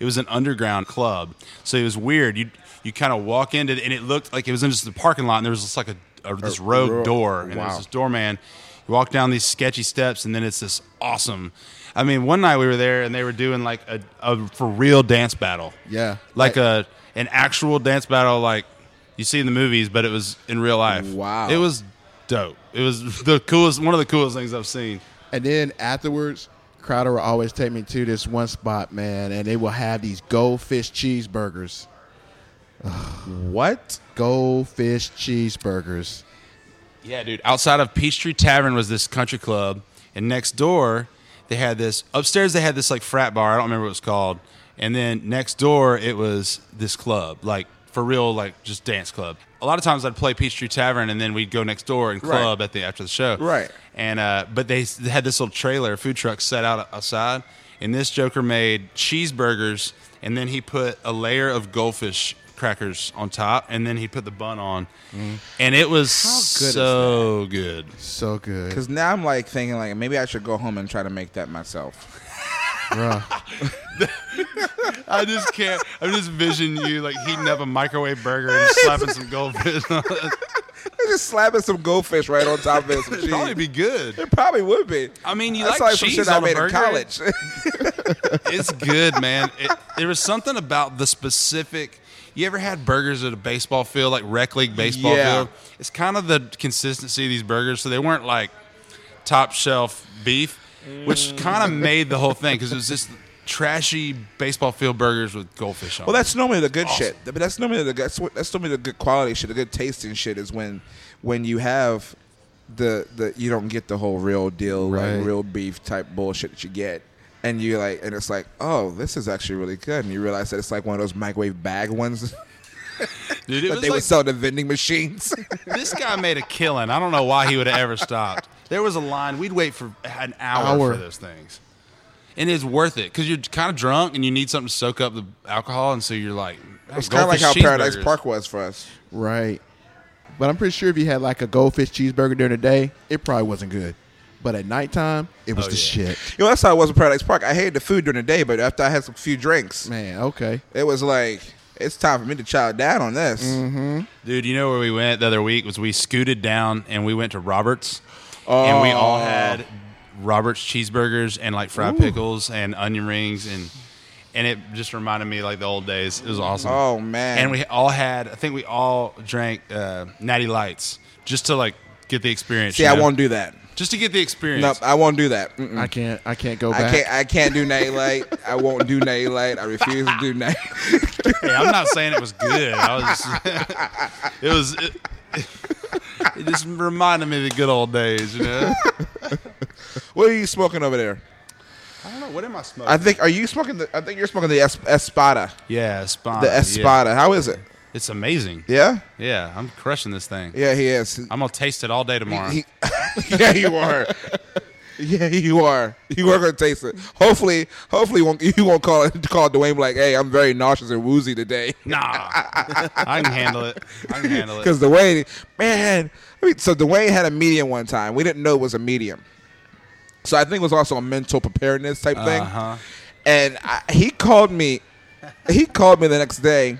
Speaker 4: it was an underground club, so it was weird. You you kind of walk into it, and it looked like it was in just the parking lot, and there was just like a, a this rogue
Speaker 2: ro-
Speaker 4: door, and there
Speaker 2: wow.
Speaker 4: was this doorman. You walk down these sketchy steps, and then it's this awesome. I mean, one night we were there, and they were doing like a, a for real dance battle.
Speaker 3: Yeah.
Speaker 4: like
Speaker 3: Like-
Speaker 4: a an actual dance battle, like you see in the movies, but it was in real life.
Speaker 2: Wow.
Speaker 4: it was dope. It was the coolest, one of the coolest things I've seen.
Speaker 3: And then afterwards, Crowder will always take me to this one spot, man, and they will have these goldfish cheeseburgers.
Speaker 2: What?
Speaker 3: Goldfish cheeseburgers.
Speaker 4: Yeah, dude. Outside of Peachtree Tavern was this country club, and next door they had this. Upstairs they had this like frat bar. I don't remember what it was called. And then next door it was this club, like for real, like just dance club. A lot of times I'd play Peachtree Tavern, and then we'd go next door and
Speaker 2: Right.
Speaker 4: club at the after the show.
Speaker 2: Right.
Speaker 4: And uh, but they s- they had this little trailer, food truck set out outside, and this Joker made cheeseburgers, and then he put a layer of goldfish crackers on top, and then he put the bun on, and it was
Speaker 2: Mm-hmm. good is
Speaker 4: so good.
Speaker 3: So good.
Speaker 2: Because now I'm like thinking like maybe I should go home and try to make that myself.
Speaker 3: Bruh.
Speaker 4: I just can't. I'm just visioning you like heating up a microwave burger and slapping some goldfish. on it.
Speaker 2: I'm just slapping some goldfish right on top of it. Some
Speaker 4: It'd
Speaker 2: cheese.
Speaker 4: probably be good.
Speaker 2: It probably would be.
Speaker 4: I mean, you
Speaker 2: That's
Speaker 4: like
Speaker 2: like some
Speaker 4: cheese
Speaker 2: shit
Speaker 4: on
Speaker 2: I
Speaker 4: a
Speaker 2: made in
Speaker 4: burger.
Speaker 2: college.
Speaker 4: It's good, man. It, there was something about the specific. You ever had burgers at a baseball field, like rec league baseball
Speaker 2: Yeah.
Speaker 4: field? It's kind of the consistency of these burgers, so they weren't like top shelf beef,
Speaker 2: Mm.
Speaker 4: which kind of made the whole thing because it was just trashy baseball field burgers with goldfish on.
Speaker 2: well, that's normally the good
Speaker 4: Awesome.
Speaker 2: shit. But that's normally the good- that's what that's normally the good quality shit. The good tasting shit is when when you have the the you don't get the whole real deal
Speaker 3: Right.
Speaker 2: like real beef type bullshit that you get. And you like, and it's like, oh, this is actually really good. And you realize that it's like one of those microwave bag ones
Speaker 4: it. Dude, it
Speaker 2: that
Speaker 4: was
Speaker 2: they
Speaker 4: like-
Speaker 2: would sell to vending machines.
Speaker 4: this guy made a killing. I don't know why he would have ever stopped. There was a line. We'd wait for an hour,
Speaker 3: Hour.
Speaker 4: for those things, and it's worth it because you're kind of drunk and you need something to soak up the alcohol, and so you're like,
Speaker 2: It's kind of like how
Speaker 4: goldfish
Speaker 2: Paradise
Speaker 4: cheeseburgers.
Speaker 2: Park was for us.
Speaker 3: right. But I'm pretty sure if you had like a goldfish cheeseburger during the day, it probably wasn't good. But at nighttime, it was
Speaker 4: Oh,
Speaker 3: the
Speaker 4: yeah.
Speaker 3: shit.
Speaker 2: Yo, that's how it was in Paradise Park. I hated the food during the day, but after I had some few drinks,
Speaker 3: Man, okay.
Speaker 2: it was like it's time for me to chow down on this.
Speaker 4: Mm-hmm. Dude, you know where we went the other week was we scooted down and we went to Roberts, and we
Speaker 2: Oh.
Speaker 4: all had Roberts cheeseburgers and like fried pickles and onion rings and and it just reminded me like the old days. It was awesome.
Speaker 2: Oh, man.
Speaker 4: And we all had. I think we all drank uh, Natty Lights just to like get the experience.
Speaker 2: See,
Speaker 4: you
Speaker 2: I
Speaker 4: know?
Speaker 2: won't do that.
Speaker 4: Just to get the experience.
Speaker 2: Nope, I won't do that. Mm-mm.
Speaker 3: I can't. I can't go
Speaker 2: I
Speaker 3: back.
Speaker 2: can't. I can't do night light. I won't do night light. I refuse to do night.
Speaker 4: Hey, I'm not saying it was good. I was. it was. It, it just reminded me of the good old days. You know.
Speaker 2: what are you smoking over there?
Speaker 4: I don't know. What am I smoking?
Speaker 2: I think. Are you smoking? The, I think you're smoking the es- Espada.
Speaker 4: yeah, Espada.
Speaker 2: The
Speaker 4: Uh, yeah.
Speaker 2: Espada. How is it?
Speaker 4: It's amazing.
Speaker 2: Yeah.
Speaker 4: Yeah, I'm crushing this thing.
Speaker 2: Yeah, he is.
Speaker 4: I'm gonna taste it all day tomorrow.
Speaker 2: He- yeah, you are. Yeah, you are. You are gonna taste it. Hopefully, hopefully, you won't, you won't call it, call Dwayne like, "Hey, I'm very nauseous and woozy today."
Speaker 4: nah, I can handle it. I can handle it.
Speaker 2: Because Dwayne, man, I mean, so Dwayne had a medium one time. We didn't know it was a medium. So I think it was also a mental preparedness type thing.
Speaker 4: Uh-huh.
Speaker 2: And I, he called me. He called me the next day,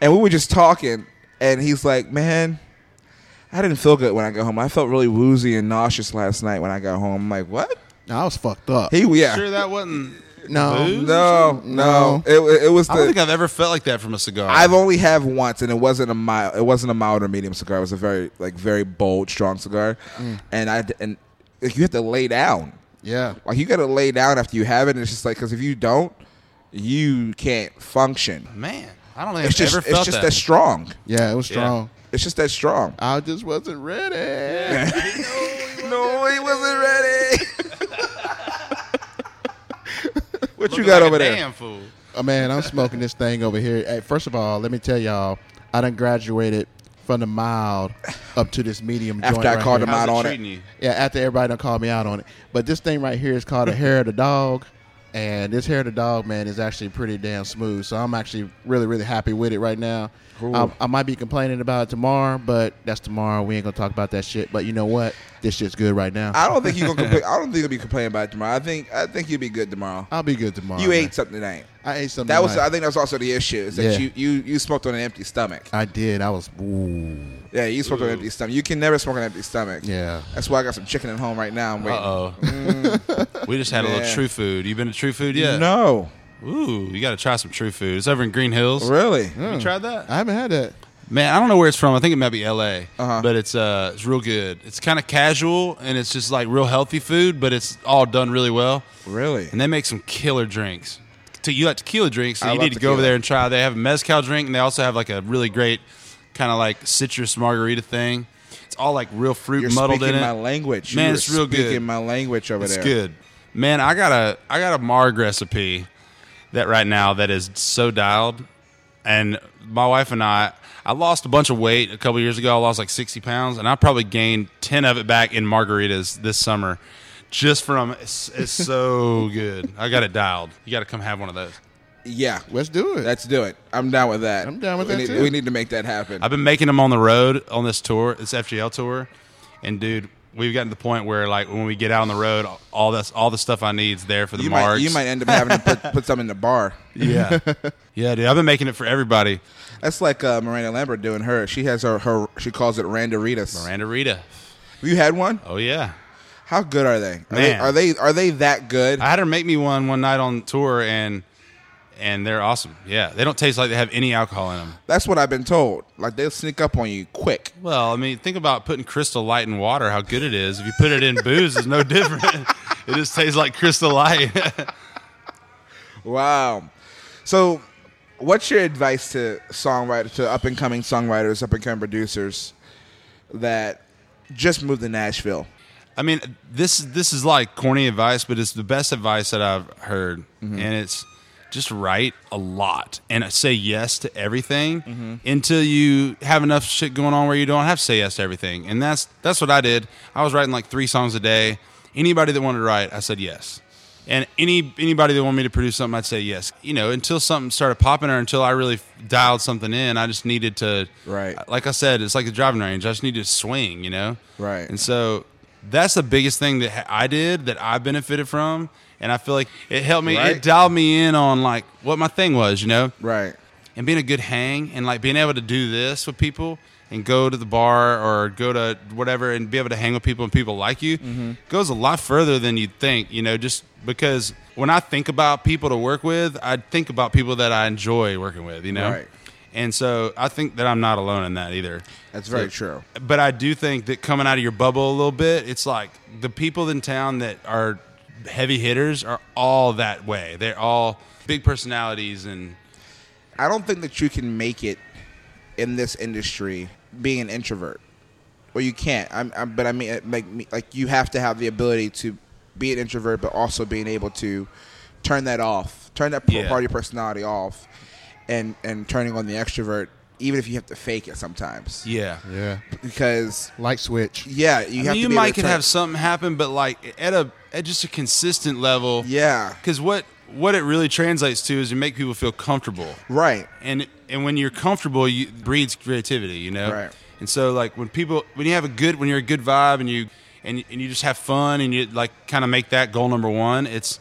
Speaker 2: and we were just talking. And he's like, "Man, I didn't feel good when I got home. I felt really woozy and nauseous last night when I got home." I'm like, "What?"
Speaker 3: No, I was fucked up.
Speaker 2: He yeah.
Speaker 4: Sure, that wasn't.
Speaker 3: no,
Speaker 4: Booze?
Speaker 2: No, no.
Speaker 3: No.
Speaker 2: It, wa- it was
Speaker 4: I don't think
Speaker 2: the.
Speaker 4: I've ever felt like that from a cigar.
Speaker 2: I've only have once, and it wasn't a mild. It wasn't a mild or medium cigar. It was a very like very bold, strong cigar, and I d- and like, you have to lay down.
Speaker 3: Yeah.
Speaker 2: Like you got to lay down after you have it. And it's just like because if you don't, you can't function.
Speaker 4: man. I don't think
Speaker 2: It's
Speaker 4: I've
Speaker 2: just
Speaker 4: ever felt
Speaker 2: it's just that.
Speaker 4: that.
Speaker 2: strong.
Speaker 3: Yeah, it was strong.
Speaker 2: It's just that strong.
Speaker 3: I just wasn't ready.
Speaker 2: No, he wasn't ready. what you
Speaker 4: Looking
Speaker 2: got
Speaker 4: like a
Speaker 2: over there?
Speaker 4: Damn fool.
Speaker 3: Oh, man, I'm smoking this thing over here. Hey, first of all, let me tell y'all, I done graduated from the mild up to this medium
Speaker 2: After
Speaker 3: joint
Speaker 2: I
Speaker 3: right
Speaker 2: called
Speaker 3: here.
Speaker 2: him out.
Speaker 4: How's
Speaker 2: on
Speaker 4: it
Speaker 2: it.
Speaker 4: treating you?
Speaker 3: Yeah, after everybody done called me out on it. But this thing right here is called a hair of the dog. And this hair of the dog, man, is actually pretty damn smooth. So I'm actually really, really happy with it right now. I, I might be complaining about it tomorrow, but that's tomorrow. We ain't gonna talk about that shit. But you know what? This shit's good right now.
Speaker 2: I don't think you're gonna. Compl- I don't think you'll be complaining about it tomorrow. I think I think you'll be good tomorrow.
Speaker 3: I'll be good tomorrow.
Speaker 2: You
Speaker 3: man.
Speaker 2: ate something tonight.
Speaker 3: I ate something.
Speaker 2: That was.
Speaker 3: like-
Speaker 2: I think that was also the issue is that
Speaker 3: Yeah.
Speaker 2: you, you you smoked on an empty stomach.
Speaker 3: I did. I was. Ooh.
Speaker 2: Yeah, you smoked on an empty stomach. You can never smoke on an empty stomach.
Speaker 3: Yeah.
Speaker 2: That's why I got some chicken at home right now. I'm
Speaker 4: Uh
Speaker 2: waiting.
Speaker 4: oh. we just had a little
Speaker 2: Yeah.
Speaker 4: true food. You been to true food yet?
Speaker 2: No,
Speaker 4: Ooh, you got to try some true food. It's over in Green Hills.
Speaker 2: really.
Speaker 4: You tried that?
Speaker 3: I haven't had that.
Speaker 4: Man, I don't know where it's from. I think it might be L.A.,
Speaker 2: Uh-huh.
Speaker 4: but it's uh, it's real good. It's kind of casual and it's just like real healthy food, but it's all done really well.
Speaker 2: Really.
Speaker 4: And they make some killer drinks. Te- You like tequila drinks, so
Speaker 2: I
Speaker 4: you
Speaker 2: love
Speaker 4: need to go over
Speaker 2: tequila.
Speaker 4: there and try. They have a mezcal drink, and they also have like a really great kind of like citrus margarita thing. It's all like real fruit
Speaker 2: You're
Speaker 4: muddled
Speaker 2: speaking
Speaker 4: in it.
Speaker 2: my language.
Speaker 4: Man,
Speaker 2: You're
Speaker 4: it's real
Speaker 2: speaking
Speaker 4: good.
Speaker 2: my language over
Speaker 4: It's
Speaker 2: there.
Speaker 4: good. Man, I got a I got a Marg recipe that right now that is so dialed. And my wife and I I lost a bunch of weight a couple years ago. I lost like 60 pounds and I probably gained 10 of it back in margaritas this summer. Just from it's, it's so good. I got it dialed. You got to come have one of those.
Speaker 2: Yeah.
Speaker 3: Let's do it.
Speaker 2: Let's do it. I'm down with that.
Speaker 3: I'm down with
Speaker 2: we
Speaker 3: that
Speaker 2: need,
Speaker 3: too.
Speaker 2: We need to make that happen.
Speaker 4: I've been making them on the road on this tour, this FGL tour, and dude, we've gotten to the point where like when we get out on the road, all this all the stuff I need's there for the
Speaker 2: you might
Speaker 4: margs.
Speaker 2: you might end up having to put, put some in the bar.
Speaker 4: yeah, yeah, dude. I've been making it for everybody.
Speaker 2: That's like uh, Miranda Lambert doing her. She has her, her she calls it Randoritas.
Speaker 4: Miranda Rita.
Speaker 2: Have you had one?
Speaker 4: Oh yeah.
Speaker 2: How good are they? Are, they?
Speaker 4: Man.
Speaker 2: are they are they that good?
Speaker 4: I had her make me one one night on tour and and they're awesome. Yeah. They don't taste like they have any alcohol in them.
Speaker 2: That's what I've been told. Like they'll sneak up on you quick.
Speaker 4: Well, I mean, think about putting crystal light in water, how good it is. If you put it in booze, it's no different. It just tastes like crystal light.
Speaker 2: Wow. So, what's your advice to songwriters, to up and coming songwriters, up and coming producers that just moved to Nashville?
Speaker 4: I mean, this this is like corny advice, but it's the best advice that I've heard,
Speaker 2: Mm-hmm.
Speaker 4: and it's just write a lot and say yes to everything
Speaker 2: Mm-hmm.
Speaker 4: until you have enough shit going on where you don't have to say yes to everything. And that's that's what I did. I was writing like three songs a day. Anybody that wanted to write, I said yes. And any anybody that wanted me to produce something, I'd say yes. You know, until something started popping or until I really dialed something in, I just needed to.
Speaker 2: Right.
Speaker 4: Like I said, it's like the driving range. I just needed to swing. You know.
Speaker 2: Right.
Speaker 4: And so that's the biggest thing that ha- I did that I benefited from. And I feel like it helped me,
Speaker 2: Right.
Speaker 4: it dialed me in on like what my thing was, you know?
Speaker 2: Right.
Speaker 4: And being a good hang and like being able to do this with people and go to the bar or go to whatever
Speaker 2: Mm-hmm.
Speaker 4: and be able to hang with people and people like you goes a lot further than you'd think, you know, just because when I think about people to work with, I think about people that I enjoy working with, you know?
Speaker 2: Right.
Speaker 4: And so I think that I'm not alone in that either.
Speaker 2: That's very
Speaker 4: So-
Speaker 2: true.
Speaker 4: But I do think that coming out of your bubble a little bit, it's like the people in town that are heavy hitters are all that way. They're all big personalities and
Speaker 2: I don't think that you can make it in this industry being an introvert. Well, you can't. I'm, I'm, but I mean, uh, like, me- like you have to have the ability to be an introvert, but also being able to turn that off, turn that p-
Speaker 4: Yeah.
Speaker 2: part of your personality off, and and turning on the extrovert, even if you have to fake it sometimes.
Speaker 4: yeah.
Speaker 3: Yeah.
Speaker 2: Because
Speaker 3: Light switch.
Speaker 2: yeah, you
Speaker 4: You,
Speaker 2: have
Speaker 4: mean,
Speaker 2: to.
Speaker 4: you
Speaker 2: be
Speaker 4: might
Speaker 2: able to
Speaker 4: could
Speaker 2: turn-
Speaker 4: have something happen, but like at a at just a consistent level.
Speaker 2: Yeah.
Speaker 4: Because what what it really translates to is you make people feel comfortable.
Speaker 2: Right.
Speaker 4: and and when you're comfortable, you it breeds creativity, you know.
Speaker 2: Right.
Speaker 4: And so like when people when you have a good when you're a good vibe and you and and you just have fun and you like kind of make that goal number one, it's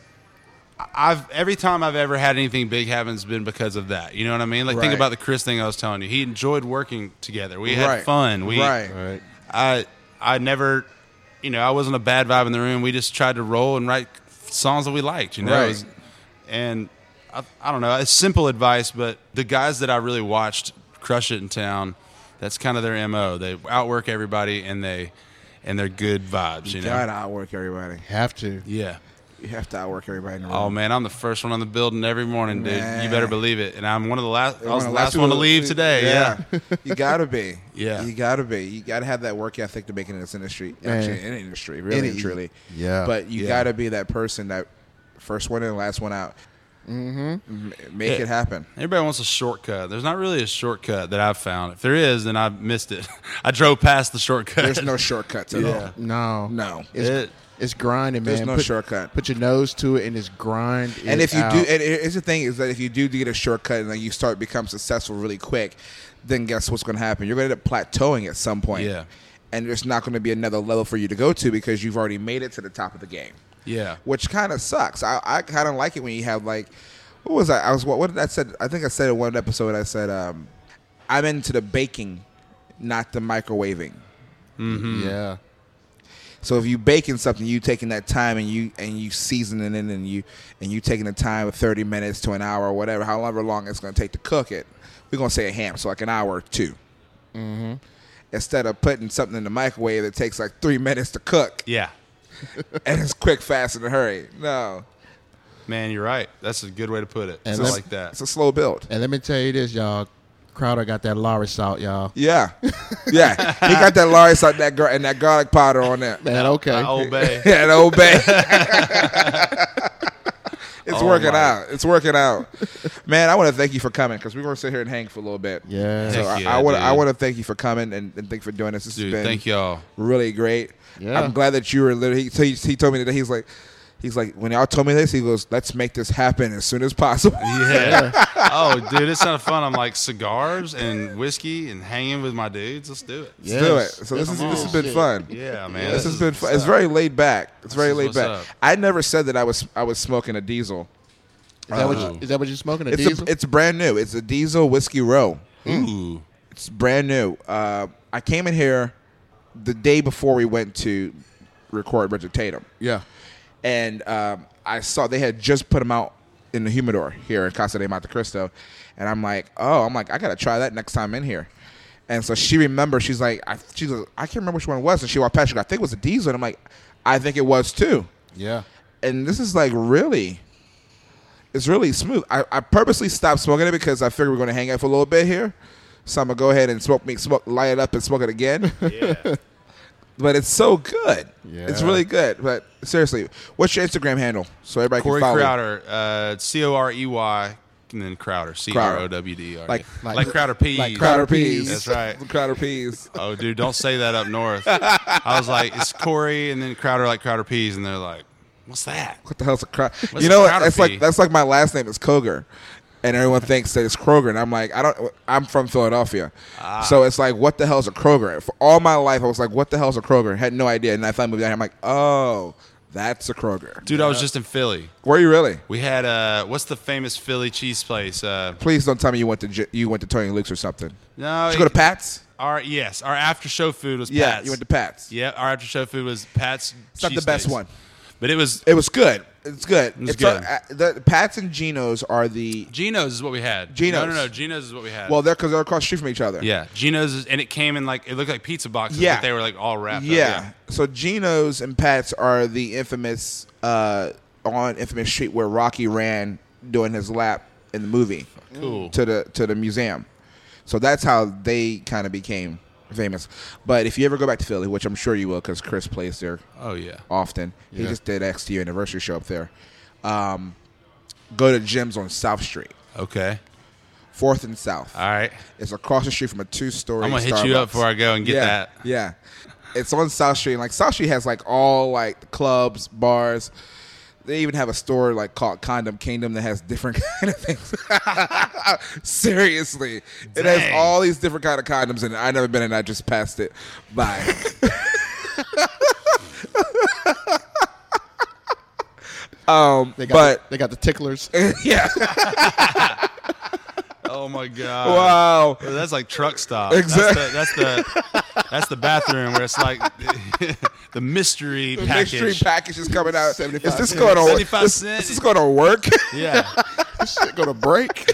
Speaker 4: I've every time I've ever had anything big happen's been because of that. You know what I mean? Like
Speaker 2: Right.
Speaker 4: think about the Chris thing I was telling you. He enjoyed working together. We had
Speaker 2: Right.
Speaker 4: fun. We
Speaker 2: Right.
Speaker 3: All right.
Speaker 4: I I never, you know, I wasn't a bad vibe in the room. We just tried to roll and write songs that we liked, you know. It
Speaker 2: Right.
Speaker 4: was- and I, I don't know, it's simple advice, but the guys that I really watched crush it in town. That's kind of their mo. They outwork everybody, and they and they're good vibes, you know.
Speaker 2: Gotta outwork everybody.
Speaker 3: Have to.
Speaker 4: Yeah.
Speaker 2: You have to outwork everybody in the room.
Speaker 4: Oh man, I'm the first one on the building every morning, dude. You
Speaker 2: Man.
Speaker 4: better believe it. And I'm one of the last. I
Speaker 2: One
Speaker 4: was
Speaker 2: of the
Speaker 4: the last
Speaker 2: people
Speaker 4: one to leave today. Yeah.
Speaker 2: you gotta be.
Speaker 4: Yeah.
Speaker 2: you gotta be. You gotta have that work ethic to make it in this industry.
Speaker 3: Man.
Speaker 2: Actually, in any industry, really,
Speaker 3: Any-
Speaker 2: and truly.
Speaker 3: yeah.
Speaker 2: but you
Speaker 4: Yeah.
Speaker 2: gotta be that person that first one in, last one out. Mm-hmm. Make
Speaker 4: Yeah.
Speaker 2: it happen.
Speaker 4: Everybody wants a shortcut. There's not really a shortcut that I've found. If there is, then I've missed it. I drove past the shortcut.
Speaker 2: There's no shortcuts at all.
Speaker 3: No.
Speaker 2: No.
Speaker 3: It's,
Speaker 4: It-
Speaker 3: it's grinding, man.
Speaker 2: There's no
Speaker 3: put,
Speaker 2: shortcut.
Speaker 3: Put your nose to it and just grind.
Speaker 2: and
Speaker 3: it
Speaker 2: if you
Speaker 3: out.
Speaker 2: do, and here's the thing: is that if you do get a shortcut and then you start become successful really quick, then guess what's going to happen? You're going to end up plateauing at some point.
Speaker 4: Yeah.
Speaker 2: And there's not going to be another level for you to go to because you've already made it to the top of the game.
Speaker 4: yeah.
Speaker 2: Which kind of sucks. I, I kind of like it when you have like, what was I? I was what, what did I said? I think I said in one episode. I said, um, I'm into the baking, not the microwaving.
Speaker 3: Yeah.
Speaker 2: So if you baking something, you taking that time and you and you seasoning it and you and you taking the time of thirty minutes to an hour or whatever, however long it's going to take to cook it. We're going to say a ham, so like an hour or 2 Mm-hmm. Instead of putting something in the microwave that takes like three minutes to cook
Speaker 4: Yeah.
Speaker 2: and it's quick, fast, in a hurry. No,
Speaker 4: Man, you're right. That's a good way to put it.
Speaker 3: And
Speaker 4: Just
Speaker 3: let's-
Speaker 4: like that.
Speaker 2: it's a slow build.
Speaker 3: And let me tell you this, y'all. Crowder got that Lawrence salt, y'all.
Speaker 2: Yeah, yeah. He got that Lawrence out that gar- and that garlic powder on that.
Speaker 3: Man, okay.
Speaker 4: I obey.
Speaker 2: Yeah, at Old Bay. it's
Speaker 4: Oh,
Speaker 2: working
Speaker 4: my.
Speaker 2: out. It's working out. Man, I want to thank you for coming because we're going to sit here and hang for a little bit.
Speaker 3: Yeah.
Speaker 2: So
Speaker 4: Heck
Speaker 2: I-
Speaker 4: yeah,
Speaker 2: I want to I
Speaker 4: dude.
Speaker 2: want to thank you for coming and, and thank you for doing this. This
Speaker 4: Dude,
Speaker 2: has been
Speaker 4: thank y'all.
Speaker 2: really great.
Speaker 3: Yeah.
Speaker 2: I'm glad that you were literally. So he, he told me today. He's like, he's like, when y'all told me this, he goes, let's make this happen as soon as possible.
Speaker 4: Yeah. oh, dude, it's not fun. I'm like cigars and whiskey and hanging with my dudes. Let's do it.
Speaker 3: Yeah.
Speaker 2: Let's do it.
Speaker 3: Yes.
Speaker 2: So this is
Speaker 4: Come
Speaker 2: this has
Speaker 4: on.
Speaker 2: been
Speaker 3: Shit.
Speaker 2: fun.
Speaker 4: Yeah, man.
Speaker 2: This, has
Speaker 4: is
Speaker 2: been fun. It's very laid back. It's very
Speaker 4: is
Speaker 2: laid
Speaker 4: what's
Speaker 2: back.
Speaker 4: up.
Speaker 2: I never said that I was I was smoking a diesel.
Speaker 3: Is that, what you, is that what you're smoking? A
Speaker 2: Uh-huh. It's
Speaker 3: diesel?
Speaker 2: A, it's brand new. It's a Diesel Whiskey Row. Mm.
Speaker 4: Ooh.
Speaker 2: It's brand new. Uh, I came in here the day before we went to record Richard Tatum,
Speaker 3: yeah.
Speaker 2: and um, I saw they had just put them out in the humidor here in Casa de Monte Cristo, and I'm like, oh, I'm like, I gotta try that next time in here. And so she remembered. She's like, I, she's like, I can't remember which one it was. And she walked past. She goes, I think it was a Diesel. And I'm like, I think it was too
Speaker 3: Yeah.
Speaker 2: and this is like really it's really smooth i, I purposely stopped smoking it because i figured we are going to hang out for a little bit here so i'm going to go ahead and smoke me smoke light it up and smoke it again
Speaker 4: Yeah.
Speaker 2: but it's so good it's
Speaker 3: Yeah.
Speaker 2: really good but seriously what's your instagram handle so everybody
Speaker 4: Corey
Speaker 2: can follow you?
Speaker 4: Crowder, uh, C O R E Y, and then Crowder, C R O W D E R.
Speaker 2: Like-
Speaker 4: like, Crowder P.
Speaker 3: like
Speaker 2: crowder peas
Speaker 4: That's right.
Speaker 2: crowder peas
Speaker 4: Oh, dude, don't say that up north. I was like, it's Corey and then Crowder like Crowder Peas, and they're like, what's that?
Speaker 2: what the hell's a crowd
Speaker 4: What's
Speaker 2: you know
Speaker 4: a
Speaker 2: what
Speaker 4: Crowder
Speaker 2: that's
Speaker 4: pea?
Speaker 2: like that's like my last name is koger and everyone thinks that it's Kroger, and I'm like, I don't. I'm from Philadelphia,
Speaker 4: Ah.
Speaker 2: so it's like, what the hell's a Kroger? For all my life, I was like, what the hell's a Kroger? Had no idea, and I finally moved down. here, I'm like, oh, that's a Kroger.
Speaker 4: Dude, I was just in Philly.
Speaker 2: Were you really?
Speaker 4: We had uh, what's the famous Philly cheese place? Uh,
Speaker 2: Please don't tell me you went to J- you went to Tony Luke's or something.
Speaker 4: no,
Speaker 2: Did you go to Pat's?
Speaker 4: our yes, our after show food was
Speaker 2: Yeah,
Speaker 4: Pat's.
Speaker 2: you went to Pat's.
Speaker 4: Yeah, our after show food was Pat's.
Speaker 2: It's not the
Speaker 4: cheese
Speaker 2: best
Speaker 4: steaks.
Speaker 2: one.
Speaker 4: But it was
Speaker 2: It was good. It's good.
Speaker 4: was
Speaker 2: It's a-
Speaker 4: good.
Speaker 2: uh, the Pats and Geno's are the
Speaker 4: Geno's is what we had.
Speaker 2: Geno's.
Speaker 4: No, no, no. Geno's is what we had.
Speaker 2: well, they're because they're across the street from each other.
Speaker 4: yeah, Geno's is, and it came in like it looked like pizza boxes,
Speaker 2: Yeah.
Speaker 4: but they were like all wrapped.
Speaker 2: Yeah.
Speaker 4: Up. yeah.
Speaker 2: So Geno's and Pat's are the infamous uh, on infamous street where Rocky ran doing his lap in the movie
Speaker 4: Cool.
Speaker 2: to the to the museum. So that's how they kind of became famous. But if you ever go back to Philly, which I'm sure you will, because Chris plays there
Speaker 4: Oh yeah.
Speaker 2: often. He
Speaker 3: Yeah.
Speaker 2: just did XT anniversary show up there. Um, go to gyms on South Street,
Speaker 4: Okay.
Speaker 2: Fourth and South.
Speaker 4: All right.
Speaker 2: It's across the street from a two-story.
Speaker 4: I'm gonna hit you up
Speaker 2: Starbucks.
Speaker 4: before I go and get
Speaker 2: yeah,
Speaker 4: that.
Speaker 2: Yeah, it's on South Street. Like South Street has like all like clubs, bars. They even have a store like called Condom Kingdom that has different kind of things. Seriously, it has
Speaker 4: Dang.
Speaker 2: all these different kind of condoms in it. I never been in. it. I just passed it by. um,
Speaker 3: They got
Speaker 2: but
Speaker 3: they got the ticklers.
Speaker 2: yeah,
Speaker 4: Oh my god.
Speaker 2: wow.
Speaker 4: Well, that's like truck stop.
Speaker 2: Exact-
Speaker 4: That's the, that's the that's the bathroom where it's like the mystery package.
Speaker 2: Mystery package is coming out. Is
Speaker 3: 75
Speaker 2: this going on?
Speaker 4: 75
Speaker 2: This,
Speaker 4: cent.
Speaker 2: this is going to work.
Speaker 4: yeah.
Speaker 3: Shit, go to break.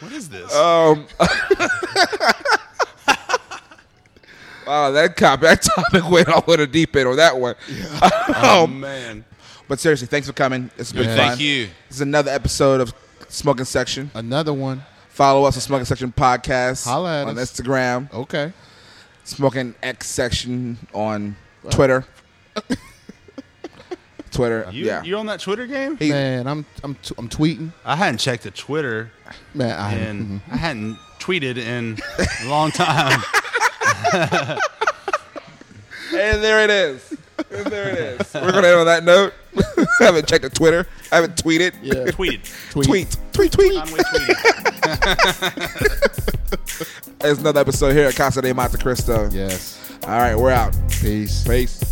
Speaker 4: what is this?
Speaker 2: Um, wow, that cop, that topic went all in a deep end on that one.
Speaker 4: oh man.
Speaker 2: But seriously, thanks for coming. It's been
Speaker 4: Yeah.
Speaker 2: fun.
Speaker 4: Thank you.
Speaker 2: This is another episode of Smoking Section.
Speaker 3: Another one.
Speaker 2: Follow us on Smoking Section Podcast
Speaker 3: Holla at
Speaker 2: on
Speaker 3: us.
Speaker 2: Instagram,
Speaker 3: Okay.
Speaker 2: Smoking X Section on Twitter. Twitter,
Speaker 4: You
Speaker 2: yeah.
Speaker 4: you on that Twitter game?
Speaker 2: He-
Speaker 3: Man, I'm I'm t- I'm tweeting.
Speaker 4: I hadn't checked the Twitter
Speaker 3: Man, I mm-hmm.
Speaker 4: and I hadn't tweeted in a long time.
Speaker 2: and there it is. And there it is. We're going to end on that note. I haven't checked the Twitter. I haven't tweeted.
Speaker 3: yeah.
Speaker 4: tweeted.
Speaker 3: Tweet.
Speaker 2: Tweet. Tweet, tweet.
Speaker 4: Conway tweeted.
Speaker 2: There's another episode here at Casa de Monte Cristo.
Speaker 3: Yes.
Speaker 2: All right, we're out.
Speaker 3: Peace.
Speaker 2: Peace.